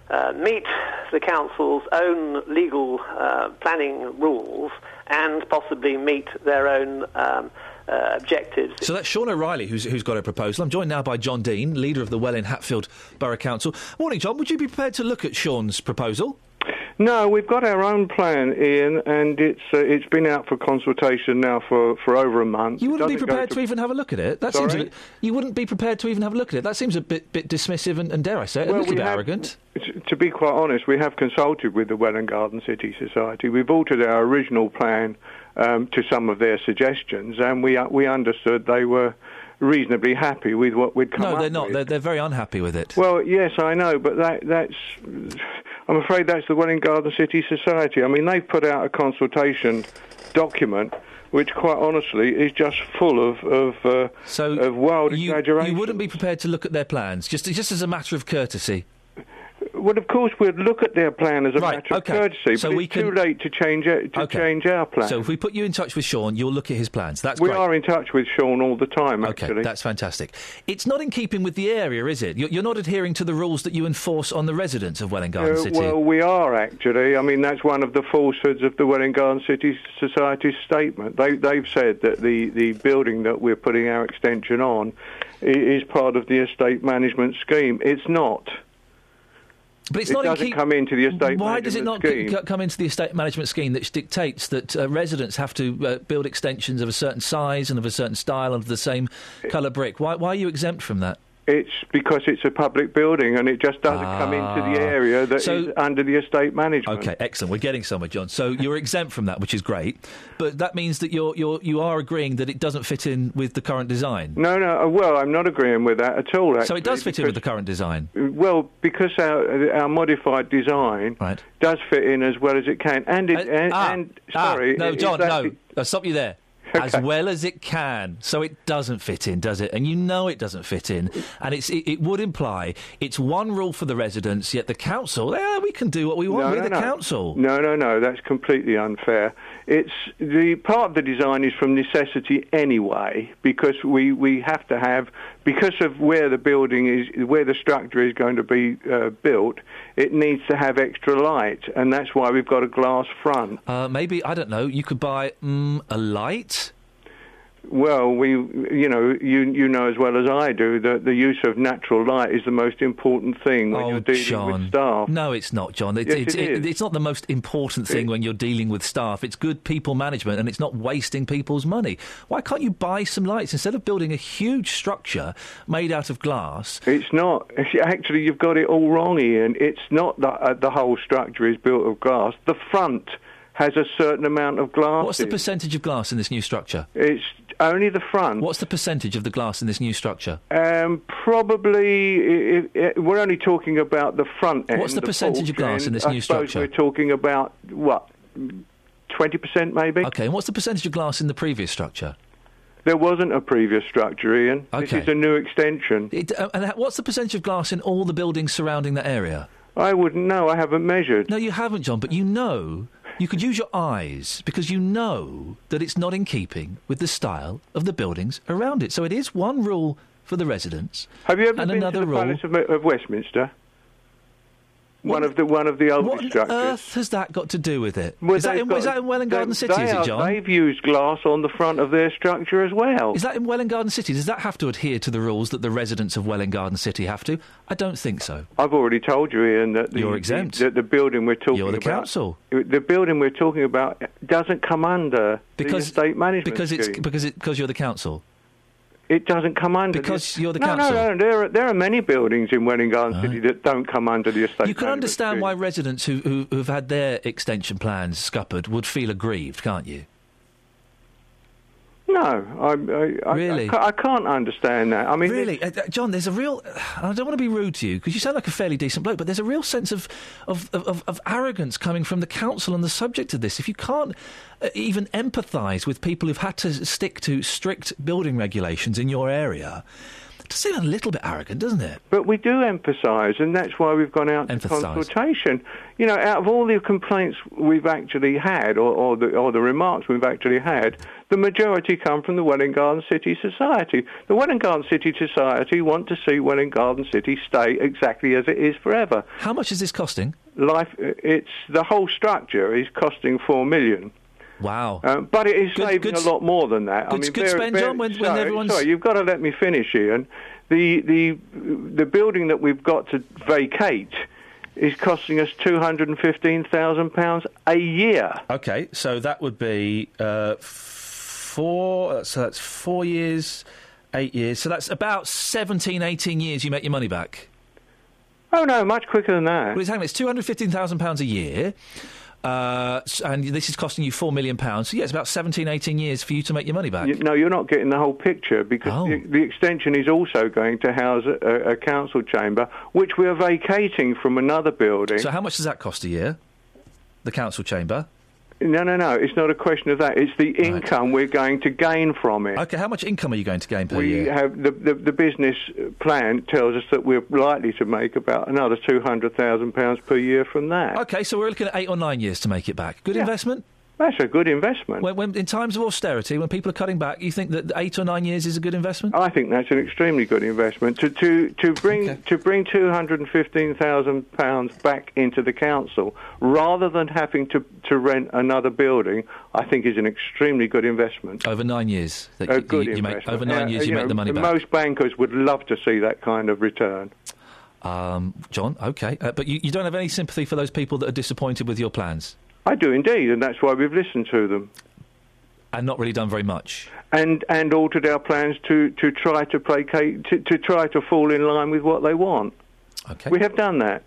[SPEAKER 10] uh, meet the council's own legal uh, planning rules and possibly meet their own um, uh, objectives.
[SPEAKER 2] So that's Sean O'Reilly who's, who's got a proposal. I'm joined now by John Dean, leader of the Welland Hatfield Borough Council. Morning, John. Would you be prepared to look at Sean's proposal?
[SPEAKER 11] No, we've got our own plan, Ian, and it's uh, it's been out for consultation now for, for over a month.
[SPEAKER 2] You
[SPEAKER 11] It
[SPEAKER 2] wouldn't be
[SPEAKER 11] doesn't go
[SPEAKER 2] prepared to... even have a look at it. That seems a
[SPEAKER 11] Sorry?
[SPEAKER 2] bit, you wouldn't be prepared to even have a look at it. That seems a bit bit dismissive and, and dare I say it, a
[SPEAKER 11] Well,
[SPEAKER 2] little
[SPEAKER 11] we
[SPEAKER 2] bit
[SPEAKER 11] have-
[SPEAKER 2] arrogant.
[SPEAKER 11] T- To be quite honest, we have consulted with the Welland Garden City Society. We've altered our original plan um, to some of their suggestions, and we uh, we understood they were reasonably happy with what we'd come
[SPEAKER 2] No,
[SPEAKER 11] up
[SPEAKER 2] they're not. They're, they're very unhappy with it.
[SPEAKER 11] Well, yes, I know, but that that's. I'm afraid that's the Welling Garden City Society. I mean, they've put out a consultation document, which, quite honestly, is just full of of, uh, of wild
[SPEAKER 2] You,
[SPEAKER 11] exaggeration.
[SPEAKER 2] you wouldn't be prepared to look at their plans, just just as a matter of courtesy.
[SPEAKER 11] Well, of course, we'd look at their plan as a
[SPEAKER 2] Right,
[SPEAKER 11] matter of
[SPEAKER 2] okay.
[SPEAKER 11] courtesy,
[SPEAKER 2] So
[SPEAKER 11] but
[SPEAKER 2] we
[SPEAKER 11] it's
[SPEAKER 2] can-
[SPEAKER 11] too late to change it, to
[SPEAKER 2] Okay.
[SPEAKER 11] change our plan.
[SPEAKER 2] So if we put you in touch with Sean, you'll look at his plans. That's
[SPEAKER 11] we
[SPEAKER 2] great.
[SPEAKER 11] are in touch with Sean all the time.
[SPEAKER 2] Okay, that's fantastic. It's not in keeping with the area, is it? You're, you're not adhering to the rules that you enforce on the residents of Welland Garden
[SPEAKER 11] Uh,
[SPEAKER 2] City.
[SPEAKER 11] well, we are actually. I mean, that's one of the falsehoods of the Welling Garden City Society's statement. They, they've said that the, the building that we're putting our extension on i- is part of the estate management scheme. It's not.
[SPEAKER 2] But it's
[SPEAKER 11] it
[SPEAKER 2] not in
[SPEAKER 11] doesn't
[SPEAKER 2] keep-
[SPEAKER 11] come into the estate
[SPEAKER 2] Why
[SPEAKER 11] management
[SPEAKER 2] does it not
[SPEAKER 11] scheme.
[SPEAKER 2] c- c- come into the estate management scheme that dictates that uh, residents have to uh, build extensions of a certain size and of a certain style and of the same
[SPEAKER 11] Eh.
[SPEAKER 2] colour brick? Why, why are you exempt from that?
[SPEAKER 11] It's because it's a public building and it just doesn't come into the
[SPEAKER 2] Ah.
[SPEAKER 11] area that is
[SPEAKER 2] So-
[SPEAKER 11] under the estate management.
[SPEAKER 2] Okay, excellent. We're getting somewhere, John. So you're exempt from that, which is great. But that means that you're, you're, you are agreeing that it doesn't fit in with the current design.
[SPEAKER 11] No, no. uh, Well, I'm not agreeing with that at all.
[SPEAKER 2] so
[SPEAKER 11] actually,
[SPEAKER 2] it does fit in
[SPEAKER 11] because-
[SPEAKER 2] with the current design.
[SPEAKER 11] Well, because our our modified design does fit in as well as it can, and it, and,
[SPEAKER 2] Ah,
[SPEAKER 11] and
[SPEAKER 2] ah,
[SPEAKER 11] sorry,
[SPEAKER 2] no,
[SPEAKER 11] it-
[SPEAKER 2] John,
[SPEAKER 11] it's
[SPEAKER 2] no.
[SPEAKER 11] actually-
[SPEAKER 2] I'll stop
[SPEAKER 11] [laughs]
[SPEAKER 2] you there. As well as it can, so it doesn't fit in, does it? And you know it doesn't fit in, and it's it, it would imply it's one rule for the residents, yet the council, yeah, we can do what we want.
[SPEAKER 11] No,
[SPEAKER 2] We're
[SPEAKER 11] no,
[SPEAKER 2] the
[SPEAKER 11] no.
[SPEAKER 2] council.
[SPEAKER 11] No, no, no. That's completely unfair. It's the part of the design is from necessity anyway, because we, we have to have because of where the building is, where the structure is going to be uh, built. It needs to have extra light, and that's why we've got a glass front.
[SPEAKER 2] Uh, maybe I don't know. You could buy mm, a light.
[SPEAKER 11] Well, we, you know, you you know as well as I do that the use of natural light is the most important thing when you're dealing
[SPEAKER 2] Oh, John.
[SPEAKER 11] with staff.
[SPEAKER 2] No, it's not, John. It's,
[SPEAKER 11] Yes,
[SPEAKER 2] it's,
[SPEAKER 11] it is.
[SPEAKER 2] it's not the most important thing when you're dealing with staff. It's good people management and it's not wasting people's money. Why can't you buy some lights instead of building a huge structure made out of glass?
[SPEAKER 11] It's not. [laughs] Actually, you've got it all wrong, Ian. It's not that uh, the whole structure is built of glass. The front has a certain amount of glass.
[SPEAKER 2] What's the percentage of glass in this new structure?
[SPEAKER 11] It's only the front.
[SPEAKER 2] What's the percentage of the glass in this new structure?
[SPEAKER 11] um, probably, i i i we're only talking about the front end.
[SPEAKER 2] What's the percentage of
[SPEAKER 11] porch
[SPEAKER 2] glass in
[SPEAKER 11] end.
[SPEAKER 2] this
[SPEAKER 11] I
[SPEAKER 2] new
[SPEAKER 11] suppose
[SPEAKER 2] structure?
[SPEAKER 11] We're talking about, what, 20% maybe?
[SPEAKER 2] Okay, and what's the percentage of glass in the previous structure?
[SPEAKER 11] There wasn't a previous structure, Ian.
[SPEAKER 2] Okay.
[SPEAKER 11] This is a new extension.
[SPEAKER 2] It, uh, and that- what's the percentage of glass in all the buildings surrounding that area?
[SPEAKER 11] I wouldn't know. I haven't measured.
[SPEAKER 2] No, you haven't, John, but you know. You could use your eyes because you know that it's not in keeping with the style of the buildings around it. So it is one rule for the residents.
[SPEAKER 11] Have you ever
[SPEAKER 2] and
[SPEAKER 11] been to
[SPEAKER 2] another
[SPEAKER 11] the
[SPEAKER 2] rule.
[SPEAKER 11] Palace of, of Westminster? One of the one of the oldest
[SPEAKER 2] what on
[SPEAKER 11] structures.
[SPEAKER 2] earth has that got to do with it? Is
[SPEAKER 11] Well,
[SPEAKER 2] that
[SPEAKER 11] they've
[SPEAKER 2] in,
[SPEAKER 11] got-
[SPEAKER 2] is that in Welland
[SPEAKER 11] they-
[SPEAKER 2] Garden City?
[SPEAKER 11] they
[SPEAKER 2] Is it,
[SPEAKER 11] are-
[SPEAKER 2] John?
[SPEAKER 11] They've used glass on the front of their structure as well.
[SPEAKER 2] Is that in Welland Garden City? Does that have to adhere to the rules that the residents of Welland Garden City have to? I don't think so.
[SPEAKER 11] I've already told you, Ian, that the,
[SPEAKER 2] You're exempt.
[SPEAKER 11] The, the building we're talking
[SPEAKER 2] You're the
[SPEAKER 11] about,
[SPEAKER 2] council.
[SPEAKER 11] the building we're talking about doesn't come under
[SPEAKER 2] Because-
[SPEAKER 11] the estate management
[SPEAKER 2] Because it's
[SPEAKER 11] scheme.
[SPEAKER 2] because it because you're the council.
[SPEAKER 11] It doesn't come under
[SPEAKER 2] Because
[SPEAKER 11] the,
[SPEAKER 2] you're the
[SPEAKER 11] no,
[SPEAKER 2] council.
[SPEAKER 11] No, no, There are, there are many buildings in Welling Garden City that don't come under the estate.
[SPEAKER 2] You can understand why residents who, who who've had their extension plans scuppered would feel aggrieved, can't you?
[SPEAKER 11] No, I, I, really? I, ca- I can't understand that. I mean,
[SPEAKER 2] really, uh, uh, John, there's a real. [sighs] I don't want to be rude to you because you sound like a fairly decent bloke, but there's a real sense of of, of, of arrogance coming from the council on the subject of this. If you can't uh, even empathise with people who've had to stick to strict building regulations in your area. It does seem a little bit arrogant, doesn't it?
[SPEAKER 11] But we do emphasise, and that's why we've gone out
[SPEAKER 2] Emphasise.
[SPEAKER 11] to consultation. You know, out of all the complaints we've actually had, or, or, the, or the remarks we've actually had, the majority come from the Welling Garden City Society. The Welling Garden City Society want to see Welling Garden City stay exactly as it is forever.
[SPEAKER 2] How much is this costing?
[SPEAKER 11] Life, uh, it's the whole structure is costing four million.
[SPEAKER 2] Wow!
[SPEAKER 11] Um, but it is
[SPEAKER 2] Good-
[SPEAKER 11] saving
[SPEAKER 2] good
[SPEAKER 11] a
[SPEAKER 2] s-
[SPEAKER 11] lot more than that.
[SPEAKER 2] good- good spend, John, when- when
[SPEAKER 11] sorry,
[SPEAKER 2] everyone's-
[SPEAKER 11] sorry, you've got to let me finish, Ian. The the the building that we've got to vacate is costing us two hundred and fifteen thousand pounds a year.
[SPEAKER 2] Okay, so that would be uh, four. uh, So that's four years, eight years. So that's about 17, 18 years you make your money back.
[SPEAKER 11] Oh no, much quicker than that.
[SPEAKER 2] Well, it's, hang on, it's two hundred fifteen thousand pounds a year, uh, s- and this is costing you four million pounds. So yeah, it's about 17, 18 years for you to make your money back. Oh.
[SPEAKER 11] You- no, you're not getting the whole picture because the, the extension is also going to house a, a, a council chamber, which we are vacating from another building.
[SPEAKER 2] So how much does that cost a year? The council chamber.
[SPEAKER 11] No, no, no. It's not a question of that. It's the income we're going to gain from it.
[SPEAKER 2] Okay, how much income are you going to gain per
[SPEAKER 11] we
[SPEAKER 2] year?
[SPEAKER 11] have the, the the business plan tells us that we're likely to make about another two hundred thousand pounds per year from that.
[SPEAKER 2] Okay, so we're looking at eight or nine years to make it back. Good investment.
[SPEAKER 11] That's a good investment.
[SPEAKER 2] When, when, in times of austerity, when people are cutting back, you think that eight or nine years is a good investment?
[SPEAKER 11] I think that's an extremely good investment to to to bring to bring two hundred and fifteen thousand pounds back into the council rather than having to to rent another building. I think is an extremely good investment.
[SPEAKER 2] Over nine years, that
[SPEAKER 11] Oh. a
[SPEAKER 2] you-
[SPEAKER 11] good
[SPEAKER 2] you, you make
[SPEAKER 11] investment.
[SPEAKER 2] over nine
[SPEAKER 11] Uh,
[SPEAKER 2] years, you, make
[SPEAKER 11] know,
[SPEAKER 2] the money back.
[SPEAKER 11] Most bankers would love to see that kind of return.
[SPEAKER 2] Um, John, okay, uh, but you, you don't have any sympathy for those people that are disappointed with your plans
[SPEAKER 11] I do indeed, and that's why we've listened to them.
[SPEAKER 2] and not really done very much.
[SPEAKER 11] and and altered our plans to, to try to placate to, to try to fall in line with what they want.
[SPEAKER 2] Okay.
[SPEAKER 11] We have done that.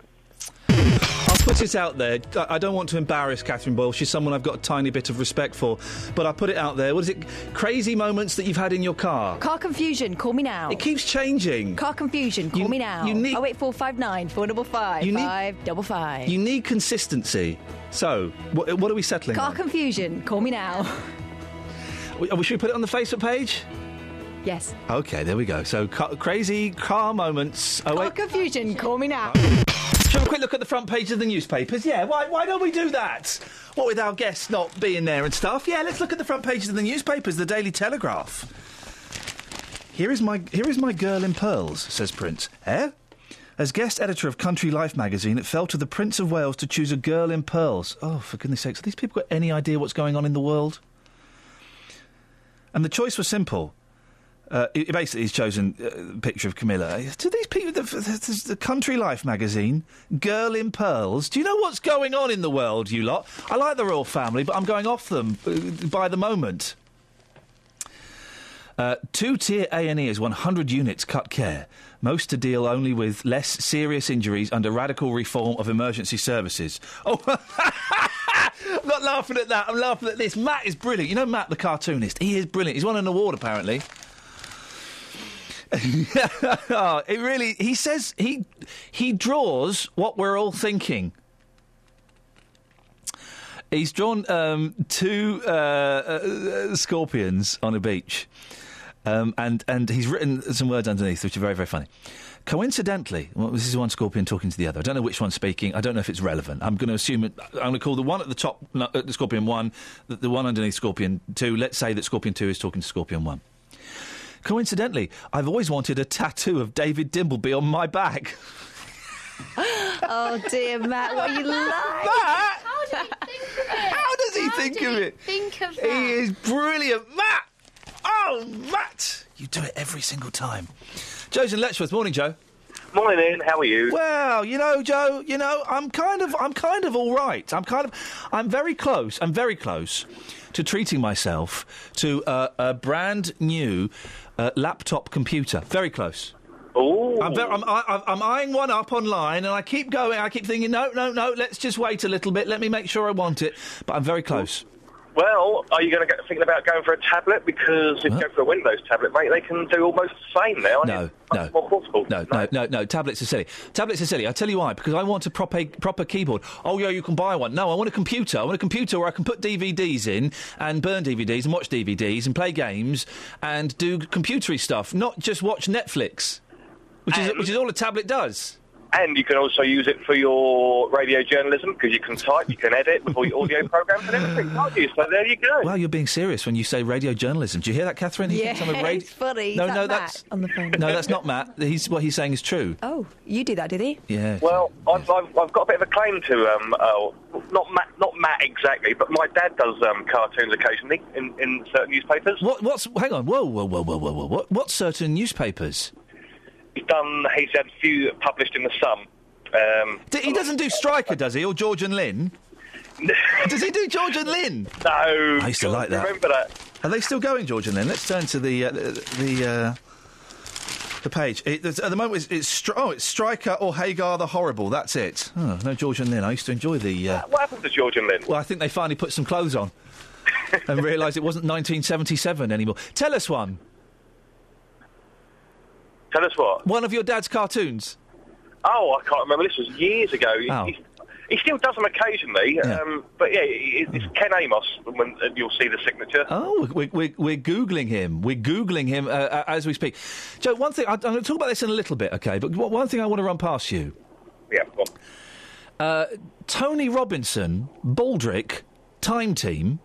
[SPEAKER 2] I'll put it out there. I- I don't want to embarrass Catherine Boyle. She's someone I've got a tiny bit of respect for, but I put it out there. What is it? Crazy moments that you've had in your car.
[SPEAKER 5] Car confusion, call me now.
[SPEAKER 2] It keeps changing.
[SPEAKER 5] Car confusion, call me now.
[SPEAKER 2] you need-
[SPEAKER 5] 08459 455
[SPEAKER 2] You need-
[SPEAKER 5] 555.
[SPEAKER 2] You need consistency. So, what, what are we settling?
[SPEAKER 5] Car
[SPEAKER 2] on?
[SPEAKER 5] confusion, call me now.
[SPEAKER 2] [laughs] We- uh, Should we put it on the Facebook page?
[SPEAKER 5] Yes.
[SPEAKER 2] Okay, there we go. So, ca- crazy car moments. Oh,
[SPEAKER 5] Car
[SPEAKER 2] wait.
[SPEAKER 5] confusion, call me
[SPEAKER 2] [laughs]
[SPEAKER 5] now.
[SPEAKER 2] Shall we have a quick look at the front page of the newspapers? Yeah, why, why don't we do that? What with our guests not being there and stuff? Yeah, let's look at the front pages of the newspapers, the Daily Telegraph. Here is my here is my girl in pearls, says Prince. Eh? As guest editor of Country Life magazine, it fell to the Prince of Wales to choose a girl in pearls. Oh, for goodness sakes, have these people got any idea what's going on in the world? And the choice was simple. Uh, he- he basically, he's chosen uh, a picture of Camilla. Do these people, the, the, the Country Life magazine, Girl in Pearls, do you know what's going on in the world, you lot? I like the royal family, but I'm going off them uh, by the moment. Uh, two-tier E A&E is 100 units cut care, most to deal only with less serious injuries under radical reform of emergency services. Oh, [laughs] I'm not laughing at that. I'm laughing at this. Matt is brilliant. You know Matt, the cartoonist. He is brilliant. He's won an award apparently. [laughs] it really. He says he he draws what we're all thinking. He's drawn um, two uh, uh, scorpions on a beach. Um, and, and he's written some words underneath, which are very, very funny. Coincidentally, well, this is one scorpion talking to the other. I don't know which one's speaking. I don't know if it's relevant. I'm going to assume, it, I'm going to call the one at the top, no, uh, the scorpion one, the, the one underneath scorpion two. Let's say that scorpion two is talking to scorpion one. Coincidentally, I've always wanted a tattoo of David Dimbleby on my back.
[SPEAKER 5] oh dear, Matt, what you like?
[SPEAKER 2] How
[SPEAKER 3] does he think of it?
[SPEAKER 2] How does he think
[SPEAKER 3] do
[SPEAKER 2] of
[SPEAKER 3] you
[SPEAKER 2] it?
[SPEAKER 3] Think of that.
[SPEAKER 2] He is brilliant, Matt. Oh, Matt, you do it every single time. Joe's in Letchworth. Morning, Joe.
[SPEAKER 12] Morning, Ian. How are you?
[SPEAKER 2] Well, you know, Joe, you know, I'm kind of, I'm kind of all right. I'm kind of, I'm very close. I'm very close to treating myself to uh, a brand new uh, laptop computer. Very close.
[SPEAKER 12] Oh,
[SPEAKER 2] I'm, very, I'm, I, I'm- I'm eyeing one up online, and I keep going. I keep thinking, no, no, no. Let's just wait a little bit. Let me make sure I want it. But I'm very close.
[SPEAKER 12] Well, are you going to get thinking about going for a tablet? Because if you go for a Windows tablet, mate, they can do almost the same now. aren't
[SPEAKER 2] No,
[SPEAKER 12] you?
[SPEAKER 2] no.
[SPEAKER 12] More portable.
[SPEAKER 2] No, no, no, no. Tablets are silly. Tablets are silly. I tell you why. Because I want a proper proper keyboard. Oh yeah, you can buy one. No, I want a computer. I want a computer where I can put DVDs in and burn DVDs and watch DVDs and play games and do computery stuff, not just watch Netflix, which is which is all a tablet does.
[SPEAKER 12] And you can also use it for your radio journalism because you can type, you can edit with all
[SPEAKER 2] [laughs]
[SPEAKER 12] your audio programs and everything, can't you? So there you go.
[SPEAKER 2] Wow, you're being serious when you say radio journalism. Do you hear that, Catherine? He thinks I'm a radio-
[SPEAKER 5] it's funny. Is
[SPEAKER 2] No,
[SPEAKER 5] that
[SPEAKER 2] no,
[SPEAKER 5] Matt
[SPEAKER 2] that's-
[SPEAKER 5] on the phone.
[SPEAKER 2] No, that's not Matt. He's what he's saying is true.
[SPEAKER 5] Oh, you do that, do they?
[SPEAKER 2] Yeah.
[SPEAKER 12] Well, I've, I've, I've got a bit of a claim to um, oh, not Matt, not Matt exactly, but my dad does um, cartoons occasionally in, in certain newspapers.
[SPEAKER 2] What? What's? Hang on. Whoa, whoa, whoa, whoa, whoa, whoa. What? What certain newspapers?
[SPEAKER 12] He's done. He's had a few published in the Sun. Um,
[SPEAKER 2] D- he doesn't do Striker, does he? Or George and
[SPEAKER 12] [laughs]
[SPEAKER 2] Lynn? does he do George and Lynn?
[SPEAKER 12] No.
[SPEAKER 2] I used to like that.
[SPEAKER 12] Remember that?
[SPEAKER 2] Are they still going, George and Lynn? Let's turn to the uh, the the, uh, the page. It, there's- at the moment, it's, it's stri- oh, it's Striker or Hagar the Horrible. That's it. Oh, no, George and Lynn. I used to enjoy the. Uh,
[SPEAKER 12] What happened to George and Lynn?
[SPEAKER 2] well, I think they finally put some clothes
[SPEAKER 12] [laughs]
[SPEAKER 2] on and realised it wasn't 1977 anymore. Tell us one.
[SPEAKER 12] Tell us what.
[SPEAKER 2] One of your dad's cartoons.
[SPEAKER 12] Oh, I can't remember. This was years ago. He,
[SPEAKER 2] Oh.
[SPEAKER 12] he- he still does them occasionally,
[SPEAKER 2] Yeah.
[SPEAKER 12] um, but yeah, it, it's Ken Amos. When and you'll see the signature.
[SPEAKER 2] Oh, we're, we're, we're Googling him. We're Googling him uh, uh, as we speak. Joe, one thing, I, I'm going to talk about this in a little bit, okay? But one one thing I want to run past you.
[SPEAKER 12] Yeah, go on.
[SPEAKER 2] Uh, Tony Robinson, Baldric, Time Team.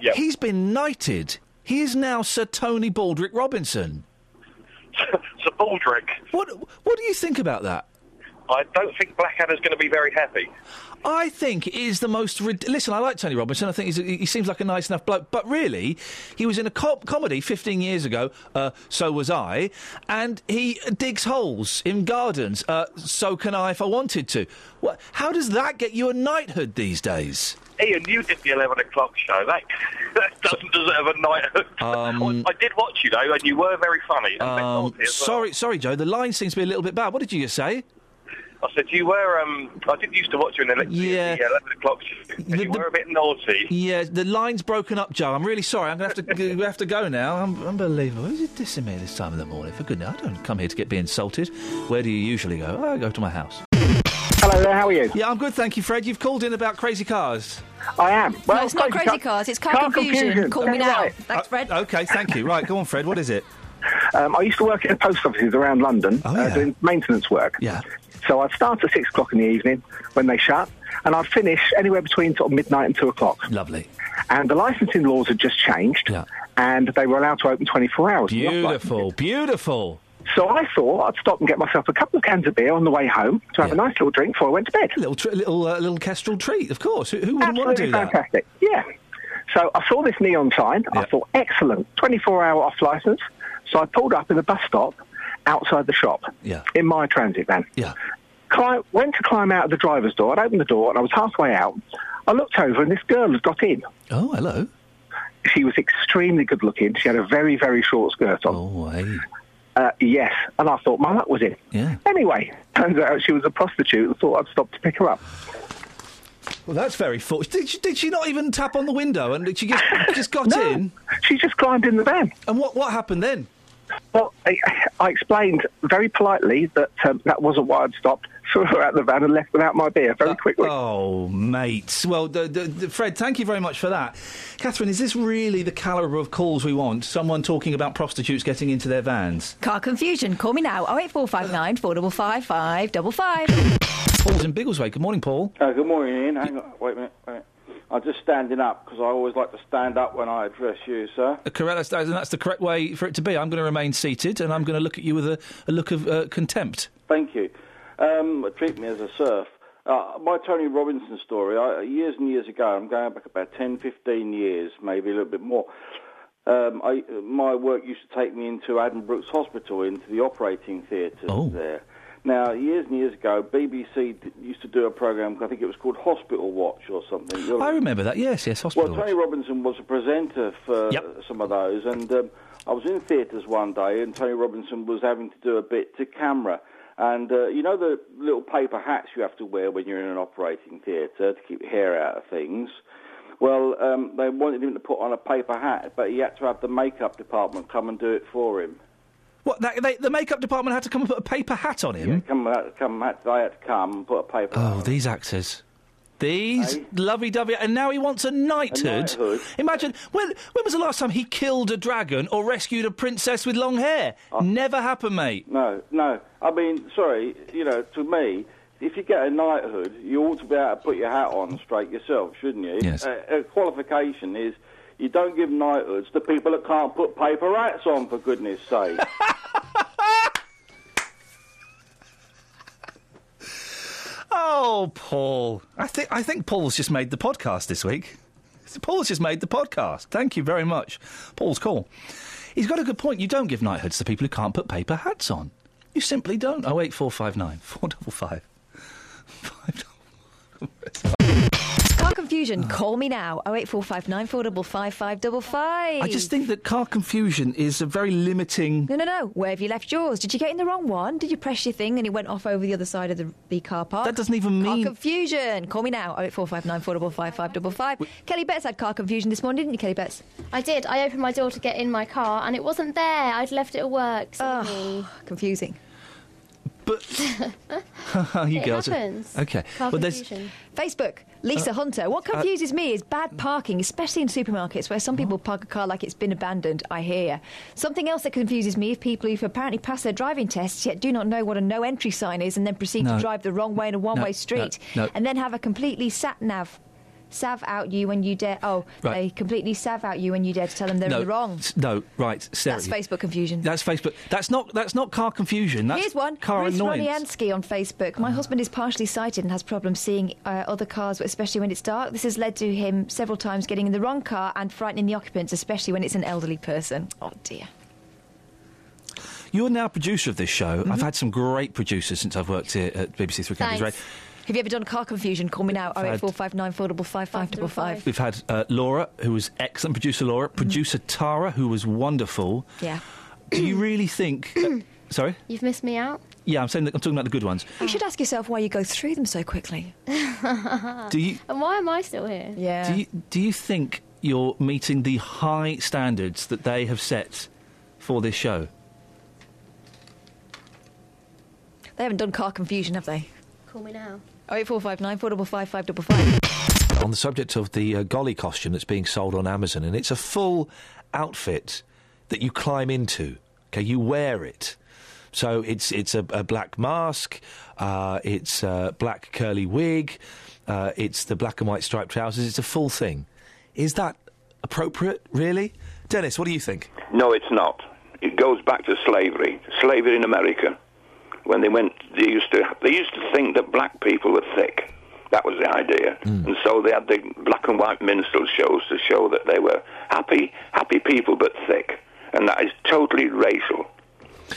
[SPEAKER 12] Yeah.
[SPEAKER 2] He's been knighted. He is now Sir Tony Baldric Robinson.
[SPEAKER 12] [laughs] Sir Baldric.
[SPEAKER 2] What, what do you think about that?
[SPEAKER 12] I don't think Blackadder's going to be very happy.
[SPEAKER 2] I think it is the most. Rid- Listen, I like Tony Robinson. I think he's a, he seems like a nice enough bloke. But really, he was in a co- comedy 15 years ago. Uh, so was I. And he digs holes in gardens. Uh, so can I if I wanted to. What? How does that get you a knighthood these days?
[SPEAKER 12] Ian, you did the 11 o'clock show. That, [laughs] that doesn't deserve a knighthood. [laughs]
[SPEAKER 2] Um,
[SPEAKER 12] I did watch you, though, and you were very funny. and a bit
[SPEAKER 2] um,
[SPEAKER 12] naughty as well.
[SPEAKER 2] sorry, sorry, Joe. The line seems to be a little bit bad. What did you just say?
[SPEAKER 12] I said, you were, um, I did used to watch you in the, elec-
[SPEAKER 2] Yeah.
[SPEAKER 12] the 11 o'clock show, and you were a bit naughty.
[SPEAKER 2] Yeah, the line's broken up, Joe. I'm really sorry. I'm going to have to we have to go now. Um unbelievable. Who's it dissing me this time of the morning? For goodness, I don't come here to get be insulted. Where do you usually go? I go to my house.
[SPEAKER 12] Hello there. How are you?
[SPEAKER 2] Yeah, I'm good, thank you, Fred. You've called in about crazy cars.
[SPEAKER 12] I am.
[SPEAKER 5] no, it's not crazy cars. It's car, confusion. Call me now. Thanks, Fred.
[SPEAKER 2] Uh, okay, thank you. Right, go on, Fred. What is it? Oh,
[SPEAKER 13] Um, I used to work in post offices around London uh, doing maintenance work.
[SPEAKER 2] Yeah.
[SPEAKER 13] So I'd start at six o'clock in the evening when they shut, and I'd finish anywhere between sort of midnight and two o'clock.
[SPEAKER 2] Lovely.
[SPEAKER 13] And the licensing laws had just changed, and they were allowed to open 24 hours.
[SPEAKER 2] Beautiful, beautiful.
[SPEAKER 13] So I thought I'd stop and get myself a couple of cans of beer on the way home to have a nice little drink before I went to bed.
[SPEAKER 2] little, tr- little, uh, little Kestrel treat, of course. Who, who wouldn't want to
[SPEAKER 13] Absolutely
[SPEAKER 2] do that?
[SPEAKER 13] fantastic. Yeah. So I saw this neon sign. I thought, excellent, 24-hour off license. So I pulled up in a bus stop outside the shop
[SPEAKER 2] Yeah.
[SPEAKER 13] in my transit van.
[SPEAKER 2] Yeah.
[SPEAKER 13] Cli went to climb out of the driver's door. I'd opened the door and I was halfway out. I looked over and this girl had got in.
[SPEAKER 2] Oh, hello.
[SPEAKER 13] She was extremely good looking. She had a very, very short skirt on.
[SPEAKER 2] Oh, hey.
[SPEAKER 13] Uh, yes. And I thought, my luck was in.
[SPEAKER 2] Yeah.
[SPEAKER 13] Anyway, [laughs] turns out she was a prostitute and thought I'd stop to pick her up.
[SPEAKER 2] Well, that's very fortunate. Did she, did she not even tap on the window and she just, just got in?
[SPEAKER 13] She just climbed in the van.
[SPEAKER 2] And what, what happened then?
[SPEAKER 13] Well, I, I explained very politely that um, that wasn't why I'd stopped, [laughs] threw her out the van and left without my beer very quickly.
[SPEAKER 2] Oh, mate. Well, the, the, the- Fred, thank you very much for that. Catherine, is this really the calibre of calls we want? Someone talking about prostitutes getting into their vans?
[SPEAKER 5] Car confusion. Call me now. 08459 455 555.
[SPEAKER 2] Paul's in Bigglesway. Good morning, Paul.
[SPEAKER 14] Uh, good morning, Ian. Hang on. Wait a minute. Wait a minute. I'm just standing up because I always like to stand up when I address you, sir.
[SPEAKER 2] Uh, Correct, that's, that's- that's the correct way for it to be. I'm going to remain seated and I'm going to look at you with a, a look of uh, contempt.
[SPEAKER 14] Thank you. Um, treat me as a serf. Uh, my Tony Robinson story, I, years and years ago, I'm going back about 10, 15 years, maybe a little bit more. Um, I, my work used to take me into Adam Brooks Hospital, into the operating theatre
[SPEAKER 2] Oh.
[SPEAKER 14] there. Now, years and years ago, BBC d- used to do a programme, I think it was called Hospital Watch or something. You'll-
[SPEAKER 2] I remember that. Yes, yes, hospital.
[SPEAKER 14] Well, Tony Robinson was a presenter for some of those, and um, I was in theatres one day, and Tony Robinson was having to do a bit to camera. And uh, you know the little paper hats you have to wear when you're in an operating theatre to keep your hair out of things? Well, um, they wanted him to put on a paper hat, but he had to have the makeup department come and do it for him.
[SPEAKER 2] What? That, they, the makeup department had to come and put a paper hat on him.
[SPEAKER 14] Come, uh, come, they had to come and put a paper.
[SPEAKER 2] Oh, these actors. These lovey-dovey, and now he wants a knighthood.
[SPEAKER 14] knighthood.
[SPEAKER 2] Imagine when. When was the last time he killed a dragon or rescued a princess with long hair?
[SPEAKER 14] Oh.
[SPEAKER 2] Never happened, mate.
[SPEAKER 14] No, no. I mean, sorry, you know, to me, if you get a knighthood, you ought to be able to put your hat on straight yourself, shouldn't you?
[SPEAKER 2] Yes.
[SPEAKER 14] A, a qualification is you don't give knighthoods to people that can't put paper hats on, for goodness sake.
[SPEAKER 2] Oh, Paul. I think I think Paul's just made the podcast this week. Paul's just made the podcast. Thank you very much. Paul's call. He's got a good point. You don't give knighthoods to people who can't put paper hats on. You simply don't. Oh eight four five nine [laughs] four double five.
[SPEAKER 5] Car
[SPEAKER 2] Ah.
[SPEAKER 5] confusion. Call me now. 08459 455
[SPEAKER 2] I just think that car confusion is a very limiting.
[SPEAKER 5] [laughs]
[SPEAKER 2] [laughs]
[SPEAKER 5] No, no, no. Where have you left yours? Did you get in the wrong one? Did you press your thing and it went off over the other side of the, the car park?
[SPEAKER 2] That doesn't even mean-
[SPEAKER 5] Car confusion. Call me now. 08459 455 Kelly Betts had car confusion this morning, didn't you, Kelly Betts?
[SPEAKER 3] I did. I opened my door to get in my car, and it wasn't there. I'd left it at work.
[SPEAKER 2] Ah.
[SPEAKER 5] Ah, confusing.
[SPEAKER 2] you
[SPEAKER 3] It
[SPEAKER 2] girls. are-
[SPEAKER 3] happens.
[SPEAKER 2] Okay.
[SPEAKER 5] Car
[SPEAKER 2] Well, there's
[SPEAKER 5] Facebook. Lisa
[SPEAKER 2] Uh,
[SPEAKER 5] Hunter. What
[SPEAKER 2] uh,
[SPEAKER 5] confuses me is bad parking, especially in supermarkets where some people park a car like it's been abandoned. I hear ya. Something else that confuses me is people who've apparently passed their driving tests yet do not know what a no entry sign is and then proceed
[SPEAKER 2] No.
[SPEAKER 5] to drive the wrong way in a one way street
[SPEAKER 2] no.
[SPEAKER 5] and then have a completely sat nav. Sav out you when you dare. Oh,
[SPEAKER 2] Right.
[SPEAKER 5] they completely sav out you when you dare to tell them they're
[SPEAKER 2] no,
[SPEAKER 5] in the wrong.
[SPEAKER 2] s- No, right.
[SPEAKER 5] That's
[SPEAKER 2] Sarah.
[SPEAKER 5] Facebook confusion.
[SPEAKER 2] That's Facebook. That's not. That's not car confusion. That's
[SPEAKER 5] Here's one.
[SPEAKER 2] Car
[SPEAKER 5] Ruth
[SPEAKER 2] annoyance.
[SPEAKER 5] Roniansky on Facebook. My husband is partially sighted and has problems seeing uh, other cars, especially when it's dark. This has led to him several times getting in the wrong car and frightening the occupants, especially when it's an elderly person. Oh dear.
[SPEAKER 2] You're now producer of this show. I've had some great producers since I've worked here at BBC Three Counties
[SPEAKER 5] Mm-hmm. Thanks.
[SPEAKER 2] Radio.
[SPEAKER 5] Have you ever done car confusion? Call me now.
[SPEAKER 2] I've had-
[SPEAKER 5] 08459 455
[SPEAKER 2] We've had uh, Laura, who was excellent, producer Laura,
[SPEAKER 5] Mm-hmm.
[SPEAKER 2] producer Tara, who was wonderful.
[SPEAKER 5] Yeah.
[SPEAKER 2] Do you really think?
[SPEAKER 5] [clears throat]
[SPEAKER 2] uh, sorry.
[SPEAKER 3] You've missed me out.
[SPEAKER 2] Yeah, I'm saying that I'm talking about the good ones.
[SPEAKER 5] You should ask yourself why you go through them so
[SPEAKER 3] [laughs]
[SPEAKER 5] quickly.
[SPEAKER 2] Do you
[SPEAKER 3] And why am I still here?
[SPEAKER 5] Yeah.
[SPEAKER 2] do you do you think you're meeting the high standards that they have set for this show?
[SPEAKER 5] They haven't done car confusion, have they?
[SPEAKER 3] Call me now.
[SPEAKER 5] 08459 455
[SPEAKER 15] on the subject of the uh, golly costume that's being sold on Amazon, and it's a full outfit that you climb into. Okay, you wear it. So it's it's a, a black mask, uh, it's a black curly wig, uh, it's the black and white striped trousers. It's a full thing. Is that appropriate, really? Dennis, what do you think?
[SPEAKER 16] No, it's not. It goes back to slavery. Slavery in America. When they went, they used to they used to think that black people were thick. That was the idea, and so they had the black and white minstrel shows to show that they were happy, happy people, but thick, and that is totally racial.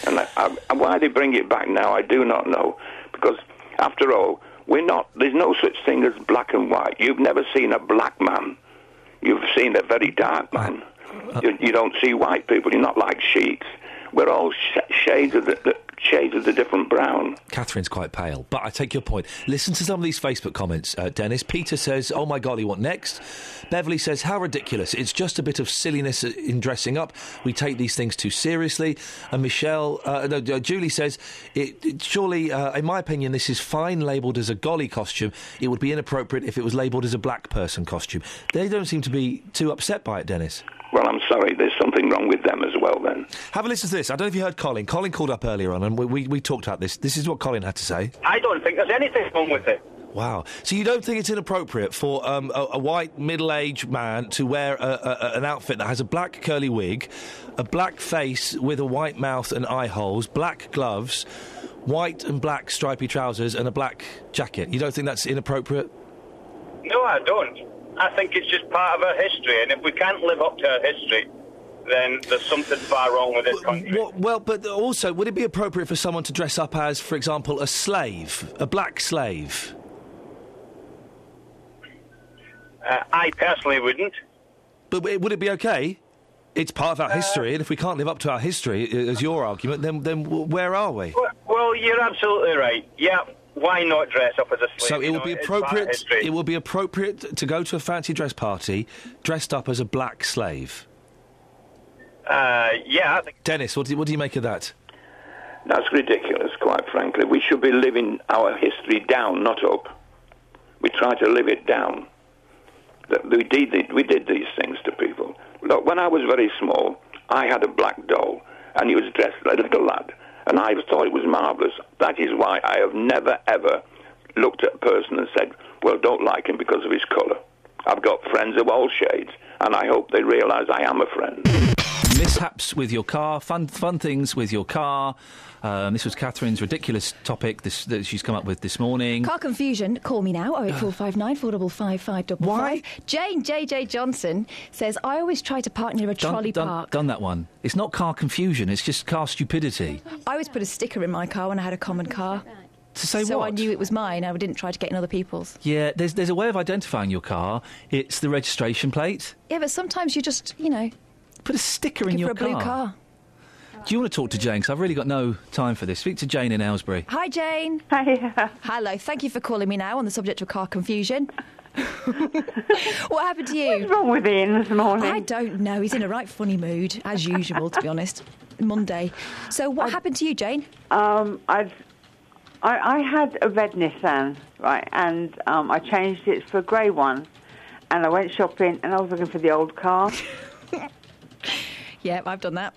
[SPEAKER 16] And I, I, and why they bring it back now, I do not know, because after all, we're not. There's no such thing as black and white. You've never seen a black man. You've seen a very dark man. Uh, You, you don't see white people. You're not like sheiks. We're all sh- shades of the, the shades of the different brown.
[SPEAKER 15] Catherine's quite pale, but I take your point. Listen to some of these Facebook comments, uh, Dennis. Peter says, Oh my golly, what next? Beverly says, How ridiculous. It's just a bit of silliness in dressing up. We take these things too seriously. And Michelle, uh, no, uh, Julie says, it, it- Surely, uh, in my opinion, this is fine labelled as a golly costume. It would be inappropriate if it was labelled as a black person costume. They don't seem to be too upset by it, Dennis.
[SPEAKER 16] Well, I'm sorry. There's something wrong with them as well. Then.
[SPEAKER 15] Have a listen to this. I don't know if you heard Colin. Colin called up earlier on and we, we, we talked about this. This is what Colin had to say.
[SPEAKER 17] I don't think there's anything wrong with it.
[SPEAKER 15] Wow. So you don't think it's inappropriate for um, a, a white middle-aged man to wear a, a, a- an outfit that has a black curly wig, a black face with a white mouth and eye holes, black gloves, white and black stripy trousers, and a black jacket? You don't think that's inappropriate?
[SPEAKER 17] No, I don't. I think it's just part of our history, and if we can't live up to our history, then there's something far wrong with this country.
[SPEAKER 15] Well, well, but also, would it be appropriate for someone to dress up as, for example, a slave, a black slave?
[SPEAKER 17] Uh, I personally wouldn't.
[SPEAKER 15] But w- would it be okay? It's part of our history, and if we can't live up to our history, i- as your argument, then then w- where are we?
[SPEAKER 17] Well, you're absolutely right. Yeah,
[SPEAKER 12] why not dress up as a slave?
[SPEAKER 2] So
[SPEAKER 12] You
[SPEAKER 2] it will
[SPEAKER 12] know,
[SPEAKER 2] be
[SPEAKER 12] it's part of
[SPEAKER 2] appropriate.
[SPEAKER 12] history.
[SPEAKER 2] It will be appropriate to go to a fancy dress party dressed up as a black slave.
[SPEAKER 12] Uh, yeah.
[SPEAKER 2] Dennis, what do, you- what do you make of that?
[SPEAKER 16] That's ridiculous, quite frankly. We should be living our history down, not up. We try to live it down. That We did, it- we did these things to people. Look, when I was very small, I had a black doll, and he was dressed like a little lad, and I thought it was marvellous. That is why I have never, ever looked at a person and said, well, don't like him because of his colour. I've got friends of all shades, and I hope they realise I am a friend.
[SPEAKER 2] mishaps with your car, fun fun things with your car. Um, this was Catherine's ridiculous topic this, that she's come up with this morning.
[SPEAKER 5] Car confusion. Call me now. 08459 455 Why? Jane JJ Johnson says I always try to park near a trolley
[SPEAKER 2] done,
[SPEAKER 5] park.
[SPEAKER 2] done that one. It's not car confusion. It's just car stupidity.
[SPEAKER 5] I always put a sticker in my car when I had a common car.
[SPEAKER 2] To say
[SPEAKER 5] so I
[SPEAKER 2] what?
[SPEAKER 5] knew it was mine. I didn't try to get in other people's.
[SPEAKER 2] Yeah, there's there's a way of identifying your car. It's the registration plate.
[SPEAKER 5] Yeah, but sometimes you just, you know,
[SPEAKER 2] put a sticker in your
[SPEAKER 5] for a blue
[SPEAKER 2] car.
[SPEAKER 5] car.
[SPEAKER 2] Do you want to talk to Jane? Because I've really got no time for this. Speak to Jane in Aylesbury.
[SPEAKER 5] Hi, Jane.
[SPEAKER 18] Hi.
[SPEAKER 5] Hello. Thank you for calling me now on the subject of car confusion. [laughs] what happened to you? What's
[SPEAKER 18] wrong with Ian this morning?
[SPEAKER 5] I don't know. He's in a right funny mood, as usual, to be honest. Monday. So, what happened to you, Jane?
[SPEAKER 18] Um, I've, I, I had a red Nissan, right, and um, I changed it for a grey one. And I went shopping and I was looking for the old car.
[SPEAKER 5] [laughs] Yeah, I've done that.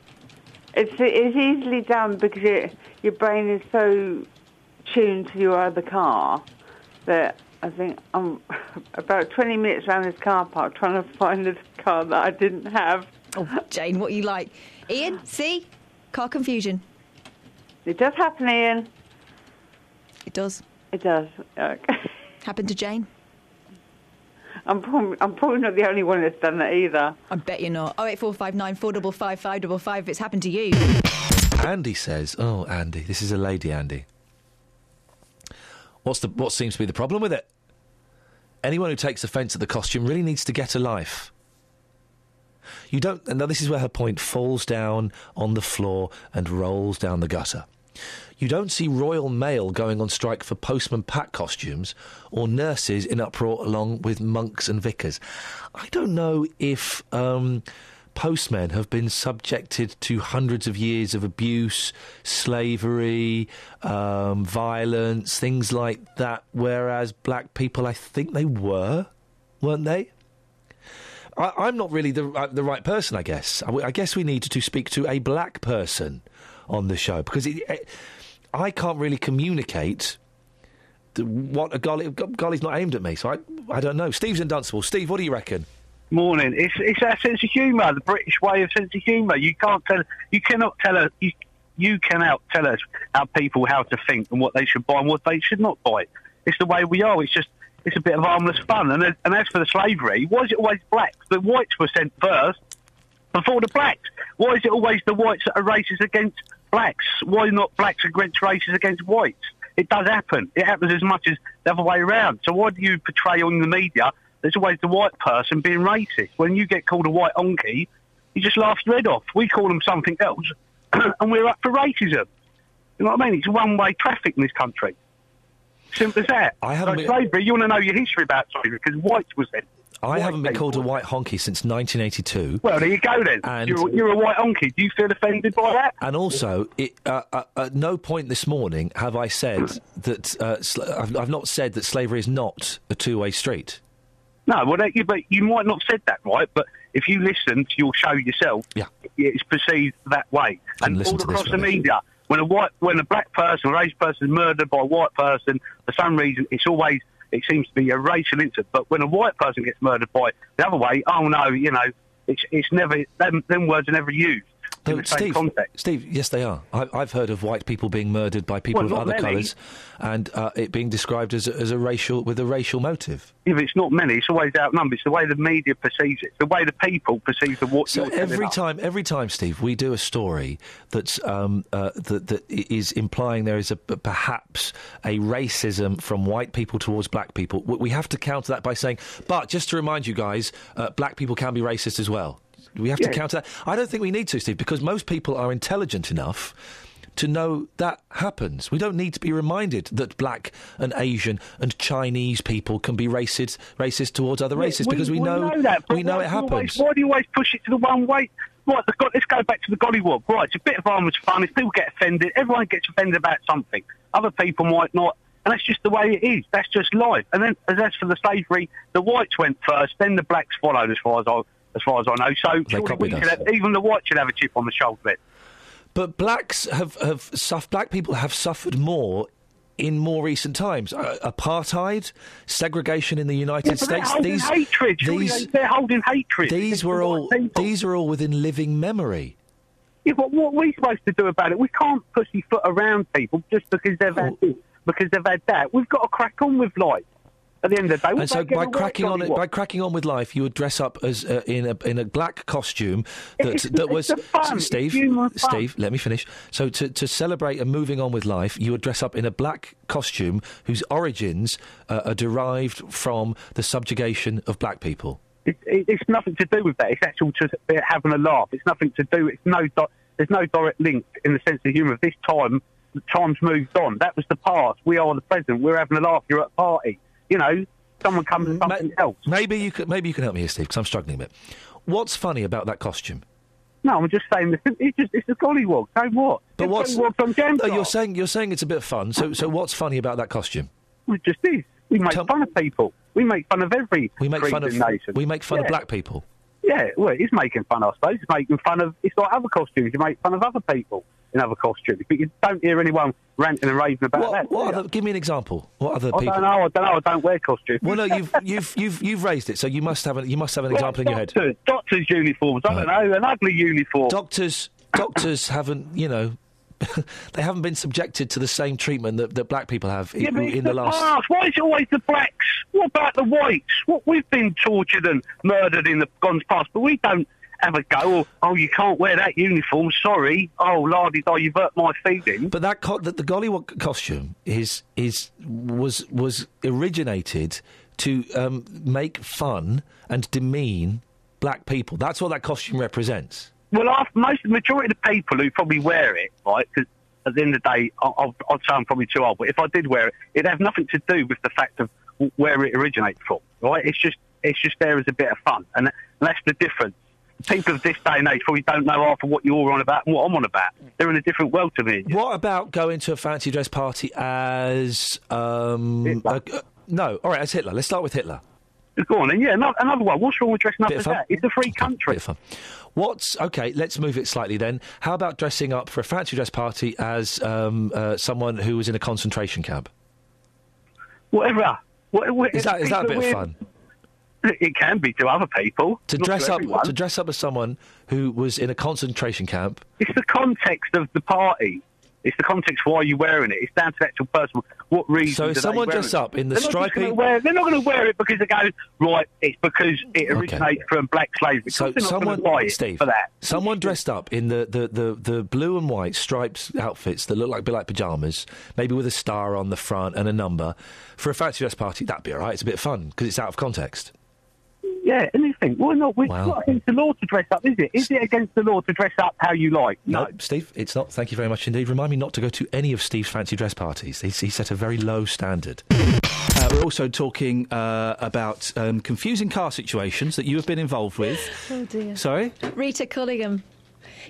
[SPEAKER 18] It's, it's easily done because your your brain is so tuned to your other car that I think I'm [laughs] about 20 minutes around this car park trying to find this car that I didn't have.
[SPEAKER 5] Oh, Jane, what you like? Ian, see? Car confusion.
[SPEAKER 18] It does happen, Ian.
[SPEAKER 5] It does.
[SPEAKER 18] It does. Okay.
[SPEAKER 5] Happened to Jane?
[SPEAKER 18] I'm probably, I'm probably not the only one that's done that either.
[SPEAKER 5] I bet you're not. 08459 455 555 if it's happened to you.
[SPEAKER 2] Andy says, "Oh, Andy, this is a lady, Andy. What's the what seems to be the problem with it? Anyone who takes offence at the costume really needs to get a life. You don't. And now this is where her point falls down on the floor and rolls down the gutter. You don't see Royal Mail going on strike for postman Pat costumes or nurses in uproar along with monks and vicars. I don't know if um, postmen have been subjected to hundreds of years of abuse, slavery, um, violence, things like that, whereas black people, I think they were, weren't they? I, I'm not really the uh, the right person, I guess. I, w- I guess we need to speak to a black person on the show because it, eh, I can't really communicate the, what a golly go- golly's not aimed at me. So I I don't know. Steve's in Dunstable. Steve, what do you reckon?
[SPEAKER 19] Morning. It's it's our sense of humour, the British way of sense of humour. You can't tell, you cannot tell us, you, you cannot tell us how people how to think and what they should buy and what they should not buy. It's the way we are. It's just it's a bit of harmless fun. And then- and as for the slavery, why is it always blacks? The whites were sent first before the blacks. Why is it always the whites that are racist against blacks? Why not blacks against races against whites? It does happen. It happens as much as the other way around. So why do you portray on the media there's always the white person being racist? When you get called a white onky, you just laugh your head off. We call them something else, [clears throat] and we're up for racism. You know what I mean? It's one-way traffic in this country. Simple as that. I
[SPEAKER 2] haven't
[SPEAKER 19] like
[SPEAKER 2] been-
[SPEAKER 19] slavery. You want to know your history about slavery because whites was it.
[SPEAKER 2] I haven't been called a white honky since 1982.
[SPEAKER 19] Well, there you go then.
[SPEAKER 2] And-
[SPEAKER 19] you're, you're a white onky. Do you feel offended by that?
[SPEAKER 2] And also, it, uh, uh, at no point this morning have I said that uh, sl- I've, I've not said that slavery is not a two-way street.
[SPEAKER 19] No, well, that, you, but you might not have said that right. But if you listen to your show yourself, yeah. it's perceived that way, and
[SPEAKER 2] listen
[SPEAKER 19] all
[SPEAKER 2] to this
[SPEAKER 19] across the
[SPEAKER 2] one, actually.
[SPEAKER 19] media. When a white, when a black person, or race person is murdered by a white person, for some reason, it's always it seems to be a racial incident. But when a white person gets murdered by the other way, oh no, you know, it's it's never them, them words are never used in
[SPEAKER 2] No,
[SPEAKER 19] the same
[SPEAKER 2] Steve,
[SPEAKER 19] context.
[SPEAKER 2] Steve, yes, they are. I, I've heard of white people being murdered by people
[SPEAKER 19] Well,
[SPEAKER 2] of
[SPEAKER 19] not
[SPEAKER 2] other
[SPEAKER 19] many.
[SPEAKER 2] colours, and uh, it being described as a, as a racial with a racial motive.
[SPEAKER 19] If it's not many, it's always outnumbered. It's the way the media perceives it. It's the way the people perceive the what.
[SPEAKER 2] So
[SPEAKER 19] you're telling
[SPEAKER 2] every
[SPEAKER 19] us.
[SPEAKER 2] time, every time, Steve, we do a story that's um, uh, that that i- is implying there is a p- perhaps a racism from white people towards black people. w- We have to counter that by saying, but just to remind you guys, uh, black people can be racist as well. We have to
[SPEAKER 19] Yeah.
[SPEAKER 2] counter that. I don't think we need to, Steve, because most people are intelligent enough to know that happens. We don't need to be reminded that black and Asian and Chinese people can be racist racist towards other races because we, know,
[SPEAKER 19] that, but
[SPEAKER 2] we know
[SPEAKER 19] why
[SPEAKER 2] it
[SPEAKER 19] do you
[SPEAKER 2] happens.
[SPEAKER 19] always- why do you always push it to the one way? Right, the go- let's go back to the gollywog. Right, it's a bit of arm's fun. If people get offended, everyone gets offended about something. Other people might not. And that's just the way it is. That's just life. And then, as as for the slavery, the whites went first, then the blacks followed, as far as I, as far as I know. So surely we
[SPEAKER 2] copied
[SPEAKER 19] should
[SPEAKER 2] us.
[SPEAKER 19] have, even the whites should have a chip on the shoulder of it.
[SPEAKER 2] But blacks have, have suff- black people have suffered more in more recent times. Uh, apartheid, segregation in the United
[SPEAKER 19] Yeah, but they're
[SPEAKER 2] States.
[SPEAKER 19] holding
[SPEAKER 2] these
[SPEAKER 19] hatred. Surely
[SPEAKER 2] These,
[SPEAKER 19] they- they're holding hatred.
[SPEAKER 2] These were all. These are all within living memory.
[SPEAKER 19] Yeah, but what are we supposed to do about it? We can't pussyfoot around people just because they've had this, because they've had that. We've got to crack on with life. At the end of the day,
[SPEAKER 2] and so by cracking on it, by cracking on with life, you would dress up as uh, in a in a black costume that
[SPEAKER 19] It's-
[SPEAKER 2] that
[SPEAKER 19] it's
[SPEAKER 2] was
[SPEAKER 19] the fun. It's
[SPEAKER 2] Steve.
[SPEAKER 19] human fun.
[SPEAKER 2] Steve, let me finish. So to to celebrate and moving on with life, you would dress up in a black costume whose origins uh, are derived from the subjugation of black people.
[SPEAKER 19] it, it, it's nothing to do with that. It's actual just uh, having a laugh. It's nothing to do. It's no. Di- there's no direct link in the sense of humour. This time, the time's moved on. That was the past. We are the present. We're having a laugh. You're at a party. You know, someone comes and something else.
[SPEAKER 2] Maybe you could maybe you can help me here, Steve, because I'm struggling a bit. What's funny about that costume?
[SPEAKER 19] No, I'm just saying. that [laughs] It's just it's a gollywog. So what?
[SPEAKER 2] But
[SPEAKER 19] It's
[SPEAKER 2] what's
[SPEAKER 19] gollywog from Gem
[SPEAKER 2] No, you're saying you're saying it's a bit of fun. So so what's funny about that costume?
[SPEAKER 19] It just is. We make fun of people. We make fun of every.
[SPEAKER 2] We make fun of
[SPEAKER 19] creed and nation.
[SPEAKER 2] we make fun of
[SPEAKER 19] Yeah.
[SPEAKER 2] black people.
[SPEAKER 19] Yeah, well, it's making fun, I suppose. It's making fun of. It's like other costumes. You make fun of other people in other costumes, but you don't hear anyone ranting and raving about that. do
[SPEAKER 2] What
[SPEAKER 19] you?
[SPEAKER 2] other, give me an example. What other
[SPEAKER 19] I
[SPEAKER 2] people?
[SPEAKER 19] don't know. I don't know. I don't wear costumes.
[SPEAKER 2] [laughs] Well, no, you've you've you've you've raised it, so you must have an you must have an
[SPEAKER 19] Well,
[SPEAKER 2] example in your head.
[SPEAKER 19] Doctors, doctors' uniforms. I don't know. An ugly uniform.
[SPEAKER 2] Doctors doctors haven't you know [laughs] they haven't been subjected to the same treatment that, that black people have in,
[SPEAKER 19] Yeah, but it's
[SPEAKER 2] in the last.
[SPEAKER 19] past. Why is it always the blacks? What about the whites? What we've been tortured and murdered in the gone past, but we don't have a go. Or, oh, you can't wear that uniform. Sorry. Oh, lardy, oh, you've hurt my feelings.
[SPEAKER 2] But that co- that the gollywog costume is is was was originated to um, make fun and demean black people. That's what that costume represents.
[SPEAKER 19] Well, i most the majority of the people who probably wear it, right? Because at the end of the day, I, I, I'd say I'm probably too old. But if I did wear it, it'd have nothing to do with the fact of w- where it originates from, right? It's just it's just there as a bit of fun, and that's the difference. People of this day and age probably don't know half of what you're on about and what I'm on about. They're in a different world to me.
[SPEAKER 2] What about going to a fancy dress party as um a- no? All right, as Hitler. Let's start with Hitler.
[SPEAKER 19] Go on, and yeah, another, another one. What's wrong with dressing up
[SPEAKER 2] Bit of
[SPEAKER 19] as
[SPEAKER 2] fun.
[SPEAKER 19] that? It's a free country.
[SPEAKER 2] Bit of fun. What's okay? Let's move it slightly then. How about dressing up for a fancy dress party as um, uh, someone who was in a concentration camp?
[SPEAKER 19] Whatever. Ah, What, what,
[SPEAKER 2] Is that is that a
[SPEAKER 19] it's
[SPEAKER 2] bit of
[SPEAKER 19] weird-
[SPEAKER 2] fun?
[SPEAKER 19] It can be to other people.
[SPEAKER 2] To
[SPEAKER 19] not
[SPEAKER 2] dress up
[SPEAKER 19] everyone.
[SPEAKER 2] to dress up as someone who was in a concentration camp.
[SPEAKER 19] It's the context of the party. It's the context why you're wearing it. It's down to the actual person. What reason?
[SPEAKER 2] So if
[SPEAKER 19] do they
[SPEAKER 2] someone
[SPEAKER 19] wear
[SPEAKER 2] dressed
[SPEAKER 19] it?
[SPEAKER 2] up in the
[SPEAKER 19] they're not just
[SPEAKER 2] stripy-
[SPEAKER 19] gonna wear- they're not going to wear it because they go right. It's because it originates from black slavery.
[SPEAKER 2] So someone Steve, someone dressed up in the, the, the, the blue and white stripes outfits that look like a bit like pajamas, maybe with a star on the front and a number for a fancy dress party. That'd be all right. It's a bit of fun because it's out of context.
[SPEAKER 19] Yeah, anything. Why not? It's
[SPEAKER 2] Wow.
[SPEAKER 19] not against the law to dress up, is it? Is it against the law to dress up how you like?
[SPEAKER 2] No, Steve, it's not. Thank you very much indeed. Remind me not to go to any of Steve's fancy dress parties. He, he set a very low standard.
[SPEAKER 1] [coughs] Uh, we're also talking uh, about um, confusing car situations that you have been involved with.
[SPEAKER 5] Oh dear.
[SPEAKER 1] Sorry?
[SPEAKER 5] Rita Cullingham.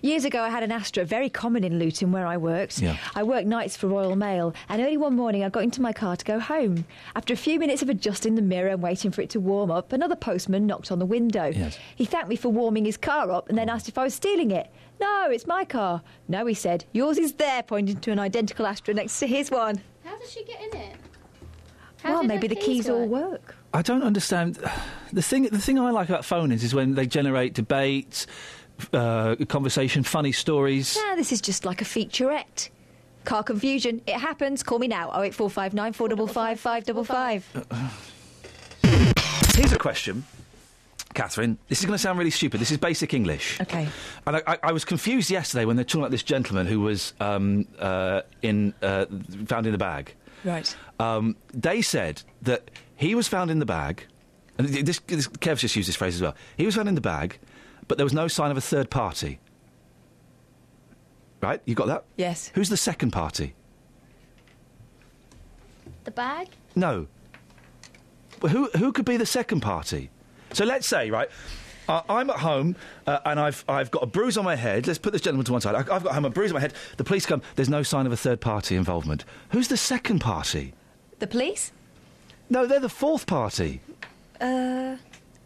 [SPEAKER 5] Years ago, I had an Astra, very common in Luton where I worked.
[SPEAKER 1] Yeah.
[SPEAKER 5] I worked nights for Royal Mail, and early one morning, I got into my car to go home. After a few minutes of adjusting the mirror and waiting for it to warm up, another postman knocked on the window.
[SPEAKER 20] Yes.
[SPEAKER 5] He thanked me for warming his car up and then asked if I was stealing it. No, it's my car. No, he said. Yours is there, pointing to an identical Astra next to his one.
[SPEAKER 3] How does she get in it?
[SPEAKER 5] well,
[SPEAKER 3] did
[SPEAKER 5] maybe
[SPEAKER 3] her
[SPEAKER 5] the
[SPEAKER 3] keys
[SPEAKER 5] keys all work.
[SPEAKER 1] I don't understand. The thing, the thing I like about phone-ins is when they generate debate, uh, conversation, funny stories. [sighs]
[SPEAKER 5] Yeah, Ah, this is just like a featurette. Car confusion. It happens. Call me now. 08459 455 555.
[SPEAKER 1] Here's a question, Catherine. This is going to sound really stupid. This is basic English.
[SPEAKER 5] Okay.
[SPEAKER 1] And I, I, I was confused yesterday when they're talking about this gentleman who was um, uh, in, uh, found in the bag.
[SPEAKER 5] Right.
[SPEAKER 1] Um, they said that he was found in the bag, and th- this, this Kev's just used this phrase as well. He was found in the bag, but there was no sign of a third party.
[SPEAKER 2] Right? You got that?
[SPEAKER 5] Yes.
[SPEAKER 2] Who's the second party?
[SPEAKER 3] The bag?
[SPEAKER 2] No. But who who could be the second party? So let's say right. I I'm at home uh, and I've I've got a bruise on my head. Let's put this gentleman to one side. I, I've got home a bruise on my head. The police come. There's no sign of a third party involvement. Who's the second party?
[SPEAKER 5] The police?
[SPEAKER 2] No, they're the fourth party.
[SPEAKER 5] Uh,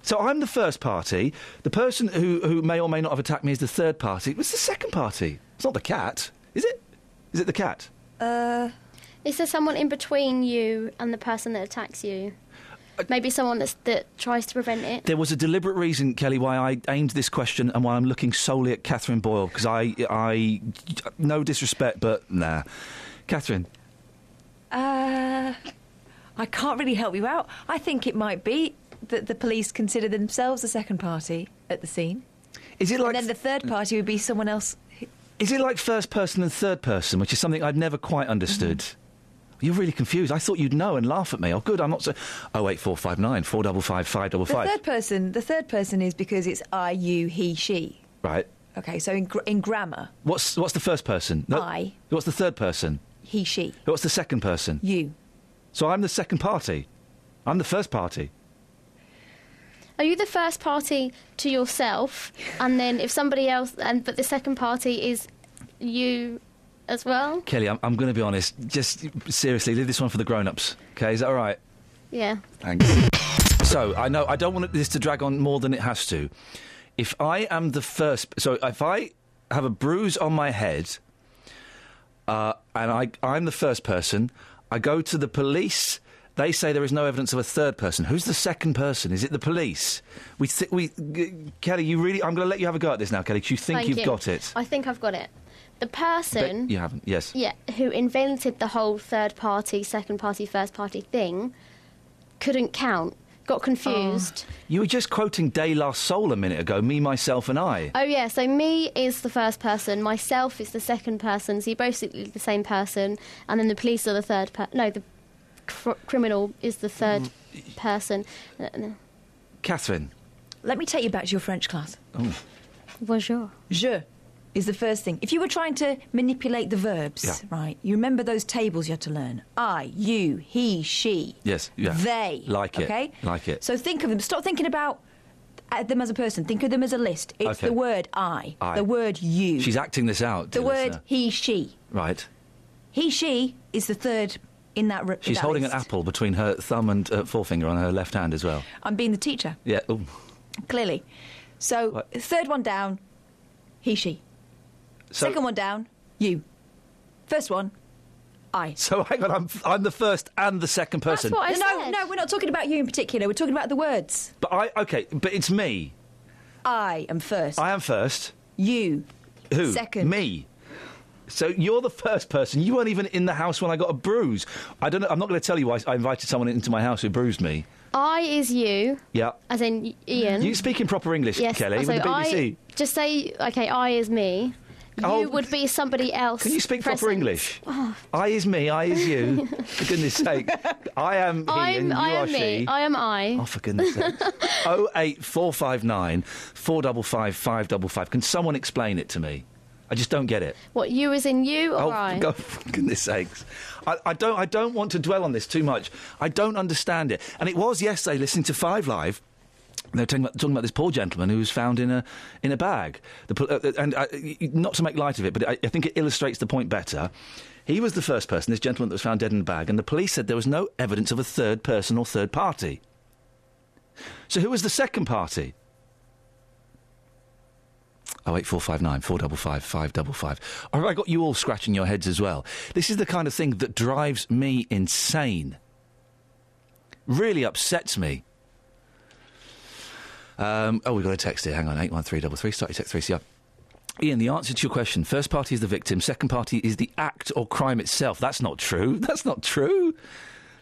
[SPEAKER 2] So I'm the first party. The person who, who may or may not have attacked me is the third party. What's the second party? It's not the cat, is it? Is it the cat?
[SPEAKER 5] Uh.
[SPEAKER 3] Is there someone in between you and the person that attacks you?
[SPEAKER 2] Uh,
[SPEAKER 3] Maybe someone that's, that tries to prevent it.
[SPEAKER 2] There was a deliberate reason, Kelly, why I aimed this question and why I'm looking solely at Catherine Boyle because I, I, no disrespect, but nah, Catherine.
[SPEAKER 5] Uh, I can't really help you out. I think it might be that the police consider themselves the second party at the scene.
[SPEAKER 2] Is it like Hmm.
[SPEAKER 5] And then the third party would be someone else. who-
[SPEAKER 2] Is it like first person and third person, which is something I'd never quite understood?
[SPEAKER 5] Mm-hmm.
[SPEAKER 2] You're really confused. I thought you'd know and laugh at me. Oh, good. I'm not so. Oh, wait, four five nine four double five five double
[SPEAKER 5] The
[SPEAKER 2] five.
[SPEAKER 5] third person. The third person is because it's I, you, he, she.
[SPEAKER 2] Right.
[SPEAKER 5] Okay, so in, gr- in grammar,
[SPEAKER 2] What's what's the first person?
[SPEAKER 5] I.
[SPEAKER 2] What's the third person?
[SPEAKER 5] he, she,
[SPEAKER 2] What's the second person?
[SPEAKER 5] you.
[SPEAKER 2] So I'm the second party. I'm the first party.
[SPEAKER 3] Are you the first party to yourself, and then if somebody else, and but the second party is you as well?
[SPEAKER 2] Kelly, I'm, I'm going to be honest. Just seriously, leave this one for the grown-ups. Okay, is that all right?
[SPEAKER 3] Yeah.
[SPEAKER 2] Thanks. so I know I don't want this to drag on more than it has to. If I am the first, so if I have a bruise on my head, uh, and I I'm the first person, I go to the police. They say there is no evidence of a third person. Who's the second person? Is it the police? We thi- we g- Kelly, you really? I'm going to let you have a go at this now, Kelly. 'cause you think
[SPEAKER 3] Thank
[SPEAKER 2] you've
[SPEAKER 3] you. Mm-hmm.
[SPEAKER 2] got it?
[SPEAKER 3] I think I've got it. The person.
[SPEAKER 2] you haven't. Yes.
[SPEAKER 3] Yeah, who invented the whole third party, second party, first party thing, couldn't count, got confused.
[SPEAKER 2] Oh. You were just quoting De La Soul a minute ago. Me, myself, and I.
[SPEAKER 3] Oh. yeah, so me is the first person, myself is the second person, so you're basically the same person, and then the police are the third person. No, the cr- criminal is the third
[SPEAKER 2] Mm.
[SPEAKER 3] person. Uh, no.
[SPEAKER 2] Catherine.
[SPEAKER 5] Let me take you back to your French class.
[SPEAKER 2] Oh.
[SPEAKER 3] Bonjour.
[SPEAKER 5] Je is the first thing. If you were trying to manipulate the verbs,
[SPEAKER 2] Yeah.
[SPEAKER 5] right, you remember those tables you had to learn. I, you, he, she.
[SPEAKER 2] Yes. Yeah.
[SPEAKER 5] They.
[SPEAKER 2] Like it.
[SPEAKER 5] Okay?
[SPEAKER 2] Like it.
[SPEAKER 5] So think of them. Stop thinking about uh, them as a person. Think of them as a list. It's
[SPEAKER 2] Okay.
[SPEAKER 5] the word I,
[SPEAKER 2] I.
[SPEAKER 5] the word you,
[SPEAKER 2] She's acting this out.
[SPEAKER 5] the
[SPEAKER 2] dear
[SPEAKER 5] word
[SPEAKER 2] listener.
[SPEAKER 5] he, she.
[SPEAKER 2] Right.
[SPEAKER 5] He, she is the third in that. r-
[SPEAKER 2] She's
[SPEAKER 5] that
[SPEAKER 2] holding
[SPEAKER 5] list.
[SPEAKER 2] an apple between her thumb and uh, forefinger on her left hand as well.
[SPEAKER 5] I'm being the teacher,
[SPEAKER 2] Yeah. Ooh.
[SPEAKER 5] clearly. So
[SPEAKER 2] Right.
[SPEAKER 5] third one down, he, she.
[SPEAKER 2] So,
[SPEAKER 5] Second one down, you. First one, I.
[SPEAKER 2] So hang on, I'm, I'm the first and the second person.
[SPEAKER 5] no, No, no, we're not talking about you in particular. We're talking about the words.
[SPEAKER 2] But I okay, but it's me.
[SPEAKER 5] I am first.
[SPEAKER 2] I am first.
[SPEAKER 5] You.
[SPEAKER 2] Who?
[SPEAKER 5] Second.
[SPEAKER 2] Me. So you're the first person. You weren't even in the house when I got a bruise. I don't know. I'm not going to tell you why I invited someone into my house who bruised me.
[SPEAKER 3] I is you,
[SPEAKER 2] Yeah.
[SPEAKER 3] as in Ian.
[SPEAKER 2] You speak in proper English,
[SPEAKER 3] yes,
[SPEAKER 2] Kelly,
[SPEAKER 3] so
[SPEAKER 2] with the BBC.
[SPEAKER 3] I, just say, okay, I is me. You
[SPEAKER 2] Oh.
[SPEAKER 3] would be somebody else.
[SPEAKER 2] Can you speak proper
[SPEAKER 3] present.
[SPEAKER 2] English?
[SPEAKER 3] Oh.
[SPEAKER 2] I is me. I is
[SPEAKER 3] [laughs]
[SPEAKER 2] you. for goodness' sake, I am he and
[SPEAKER 3] I'm,
[SPEAKER 2] you
[SPEAKER 3] I
[SPEAKER 2] are
[SPEAKER 3] am
[SPEAKER 2] she.
[SPEAKER 3] me. I am I.
[SPEAKER 2] Oh,
[SPEAKER 3] [laughs]
[SPEAKER 2] for goodness sake. 08459 455 555. Can someone explain it to me? I just don't get it.
[SPEAKER 3] What, you is in you or
[SPEAKER 2] oh,
[SPEAKER 3] I?
[SPEAKER 2] go- for goodness sakes. I, I, don't, I don't want to dwell on this too much. I don't understand it. And it was yesterday listening to Five Live. and They were talking about, talking about this poor gentleman who was found in a in a bag. The, pol- uh, and uh, y- y- not to make light of it, but I, I think it illustrates the point better. He was the first person, this gentleman that was found dead in a bag, and the police said there was no evidence of a third person or third party. So who was the second party? Oh eight four five nine four double five five double five. Or have I got you all scratching your heads as well? This is the kind of thing that drives me insane. Really upsets me. Um, oh, we've got a text here. Hang on, eight one three double three. Start your text three. See Ian, the answer to your question: first party is the victim, second party is the act or crime itself. That's not true. [laughs] That's not true.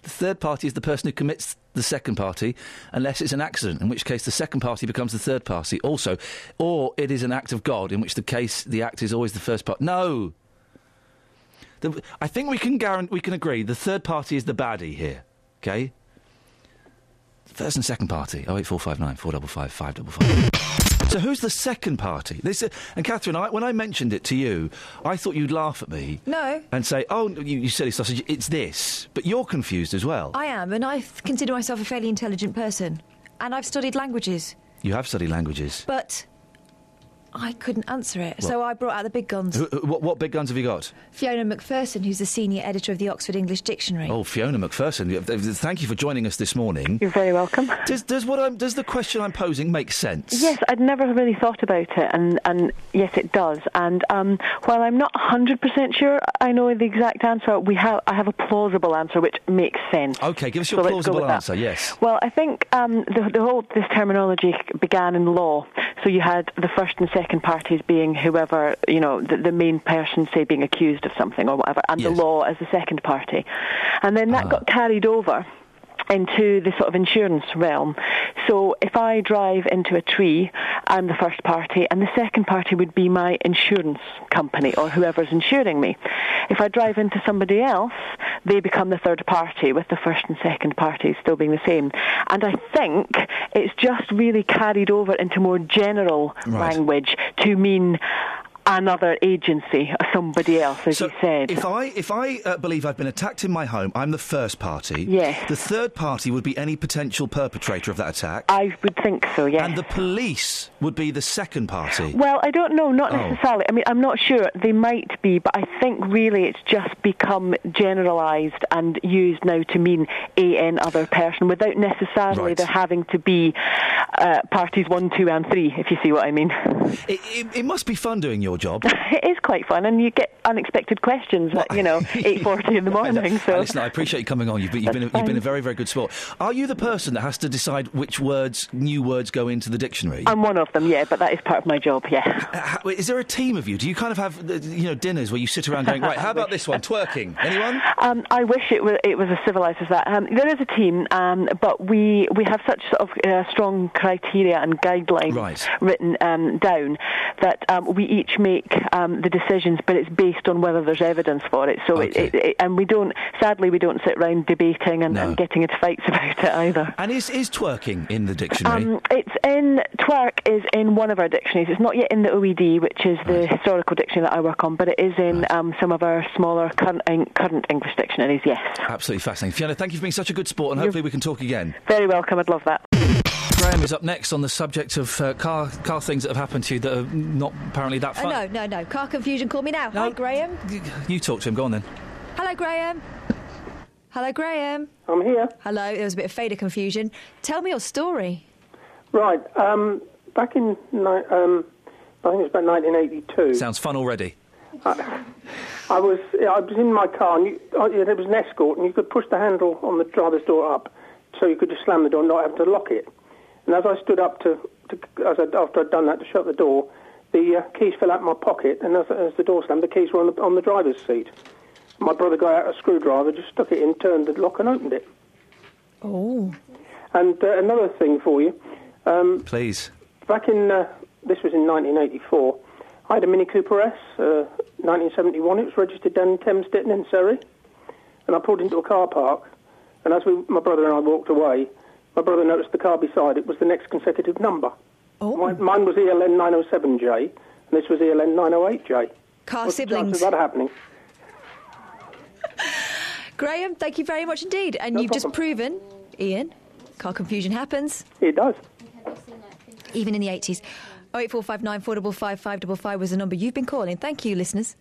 [SPEAKER 2] The third party is the person who commits the second party, unless it's an accident, in which case the second party becomes the third party. Also, or it is an act of God, in which the case the act is always the first part. No. The, I think we can guarantee, we can agree the third party is the baddie here. Okay. First and second party. Oh eight four five [coughs] nine four double five five double five. So who's the second party? This, uh, and Catherine, I, when I mentioned it to you, I thought you'd laugh at me
[SPEAKER 5] No.
[SPEAKER 2] and say, "Oh, you, you silly sausage, it's this." But you're confused as well.
[SPEAKER 5] I am, and I th- consider myself a fairly intelligent person. And I've studied languages,
[SPEAKER 2] You have studied languages.
[SPEAKER 5] but I couldn't answer it.
[SPEAKER 2] Well-
[SPEAKER 5] So I brought out the big guns.
[SPEAKER 2] Who, who- what, what big guns have you got?
[SPEAKER 5] Fiona McPherson, who's the senior editor of the Oxford English Dictionary.
[SPEAKER 2] Oh, Fiona McPherson, you- th- th- thank you for joining us this morning.
[SPEAKER 21] You're very welcome.
[SPEAKER 2] Does, does what I'm does the question I'm posing make sense?
[SPEAKER 21] Yes, I'd never really thought about it, and, and yes, it does. And um, while I'm not 100% sure I know the exact answer, we have I have a plausible answer which makes sense.
[SPEAKER 2] Okay, give us your
[SPEAKER 21] So let's go
[SPEAKER 2] plausible
[SPEAKER 21] with that.
[SPEAKER 2] answer. Yes.
[SPEAKER 21] Well, I think um, the, the whole this terminology began in law. So you had the first and second parties being whoever you know the, the main person, say, being accused of something or whatever, and the law as the second party, and then
[SPEAKER 2] Ah.
[SPEAKER 21] that got carried over. Into the sort of insurance realm. So if I drive into a tree, I'm the first party, and the second party would be my insurance company or whoever's insuring me. If I drive into somebody else, they become the third party, with the first and second parties still being the same. And I think it's just really carried over into more general
[SPEAKER 2] Right.
[SPEAKER 21] language to mean another agency or somebody else, as you said.
[SPEAKER 2] If I if I uh, believe I've been attacked in my home, I'm the first party.
[SPEAKER 21] Yes.
[SPEAKER 2] The third party would be any potential perpetrator of that attack.
[SPEAKER 21] I would think so. Yes.
[SPEAKER 2] And the police would be the second party.
[SPEAKER 21] Well, I don't know, not
[SPEAKER 2] Oh.
[SPEAKER 21] necessarily. I mean, I'm not sure. They might be, but I think really it's just become generalised and used now to mean an other person without necessarily there having to be uh, parties one, two, and three, if you see what I mean.
[SPEAKER 2] It, it, it must be fun doing your job.
[SPEAKER 21] [laughs] it is quite fun, and you get unexpected questions at, you
[SPEAKER 2] [laughs]
[SPEAKER 21] know, 8.40 in the morning.
[SPEAKER 2] Uh,
[SPEAKER 21] So.
[SPEAKER 2] listen, I appreciate you coming on. You've been, you've, been a, you've been a very, very good sport. Are you the person that has to decide which words, new words, go into the dictionary?
[SPEAKER 21] I'm one of them, yeah, but that is part of my job, yeah.
[SPEAKER 2] How- Is there a team of you? Do you kind of have, uh, you know, dinners where you sit around going, right, how
[SPEAKER 21] [laughs]
[SPEAKER 2] about this one? Twerking. Anyone?
[SPEAKER 21] Um, I wish it was, it was as civilised as that. Um, there is a team, um, but we, we have such sort of uh, strong criteria and guidelines written um, down that um, we each make um, the decisions, but it's based on whether there's evidence for it. So it, it, it, and we don't, sadly, we don't sit round debating and, and getting into fights [laughs] about it either.
[SPEAKER 2] And is, is twerking in the dictionary?
[SPEAKER 21] Um, it's in twerk is in one of our dictionaries. It's not yet in the OED, which is the historical dictionary that I work on, but it is in um, some of our smaller current, current English dictionaries. Yes.
[SPEAKER 2] Absolutely fascinating. Fiona, thank you for being such a good sport, and hopefully we can talk again.
[SPEAKER 21] Very welcome. I'd love that.
[SPEAKER 2] Graham is up next on the subject of uh, car car things that have happened to you that are not apparently that
[SPEAKER 5] Oh,
[SPEAKER 2] fun.
[SPEAKER 5] no, no, no. Car confusion, call me now. Hi, Graham.
[SPEAKER 2] You talk to him. Go on then.
[SPEAKER 5] Hello, Graham. Hello, Graham.
[SPEAKER 22] I'm here.
[SPEAKER 5] Hello. There was a bit of fader confusion. Tell me your story.
[SPEAKER 22] Right. Um, back in, ni- um, I think it was about 1982.
[SPEAKER 2] Sounds fun already.
[SPEAKER 22] I, I was I was in my car and you, uh, yeah, there was an escort and you could push the handle on the driver's door up, so you could just slam the door and not have to lock it. And as I stood up to, to as I, after I'd done that to shut the door, the uh, keys fell out of my pocket and as, as the door slammed, the keys were on the on the driver's seat. My brother got out a screwdriver, just stuck it in, turned the lock and opened it.
[SPEAKER 5] Oh.
[SPEAKER 22] And uh, another thing for you, um,
[SPEAKER 2] Please.
[SPEAKER 22] back in uh, this was in 1984. I had a Mini Cooper S, uh, 1971. It was registered down in Thames Ditton in Surrey, and I pulled into a car park. And as we, my brother and I walked away, my brother noticed the car beside it was the next consecutive number.
[SPEAKER 5] Oh.
[SPEAKER 22] Mine, mine was E ELN 907J, and this was E ELN 908J.
[SPEAKER 5] Car
[SPEAKER 22] What's the chance
[SPEAKER 5] siblings.
[SPEAKER 22] of that happening?
[SPEAKER 5] Graham, thank you very much indeed. And you've just proven, Ian, car confusion happens.
[SPEAKER 22] It does.
[SPEAKER 5] Even in the 80s. 08459 455 555 was the number you've been calling. Thank you, listeners.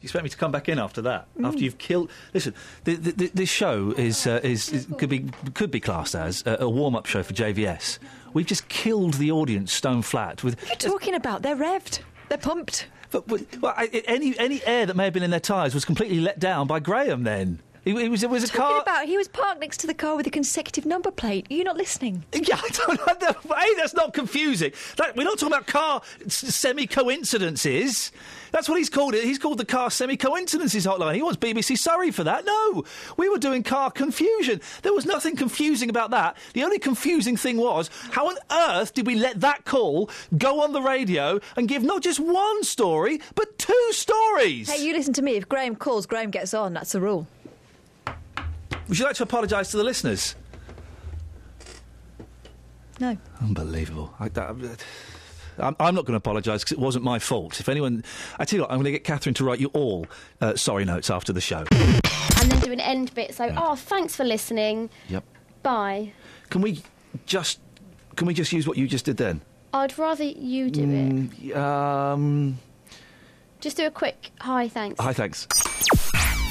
[SPEAKER 2] You expect me to come back in after that?
[SPEAKER 5] Mm.
[SPEAKER 2] After you've killed? Listen, th- th- th- this show is, uh, is, is could be could be classed as a, a warm up show for JVS. We've just killed the audience stone flat with
[SPEAKER 5] What are you talking about? They're revved. They're pumped.
[SPEAKER 2] But, but well, I, any any air that may have been in their tyres was completely let down by Graham. Then it, it was it was a
[SPEAKER 5] Talking
[SPEAKER 2] car.
[SPEAKER 5] about he was parked next to the car with a consecutive number plate. You're not listening.
[SPEAKER 2] [laughs] Yeah, I don't know. Hey, that's not confusing. That, we're not talking about car semi coincidences. That's what he's called it. He's called the car semi coincidences hotline. He wants BBC Surrey for that. No, we were doing car confusion. There was nothing confusing about that. The only confusing thing was how on earth did we let that call go on the radio and give not just one story, but two stories?
[SPEAKER 5] Hey, you listen to me. If Graham calls, Graham gets on. That's the rule.
[SPEAKER 2] Would you like to apologise to the listeners?
[SPEAKER 5] No.
[SPEAKER 2] Unbelievable. I, um, that, I'm, I'm not going to apologise because it wasn't my fault. If anyone, I tell you what, I'm going to get Catherine to write you all uh, sorry notes after the show.
[SPEAKER 3] and then do an end bit. So, oh, thanks for listening.
[SPEAKER 2] yep.
[SPEAKER 3] Bye.
[SPEAKER 2] Can we just can we just use what you just did then?
[SPEAKER 3] I'd rather you do it.
[SPEAKER 2] Mm, um,
[SPEAKER 3] Just do a quick hi, thanks.
[SPEAKER 2] hi, thanks.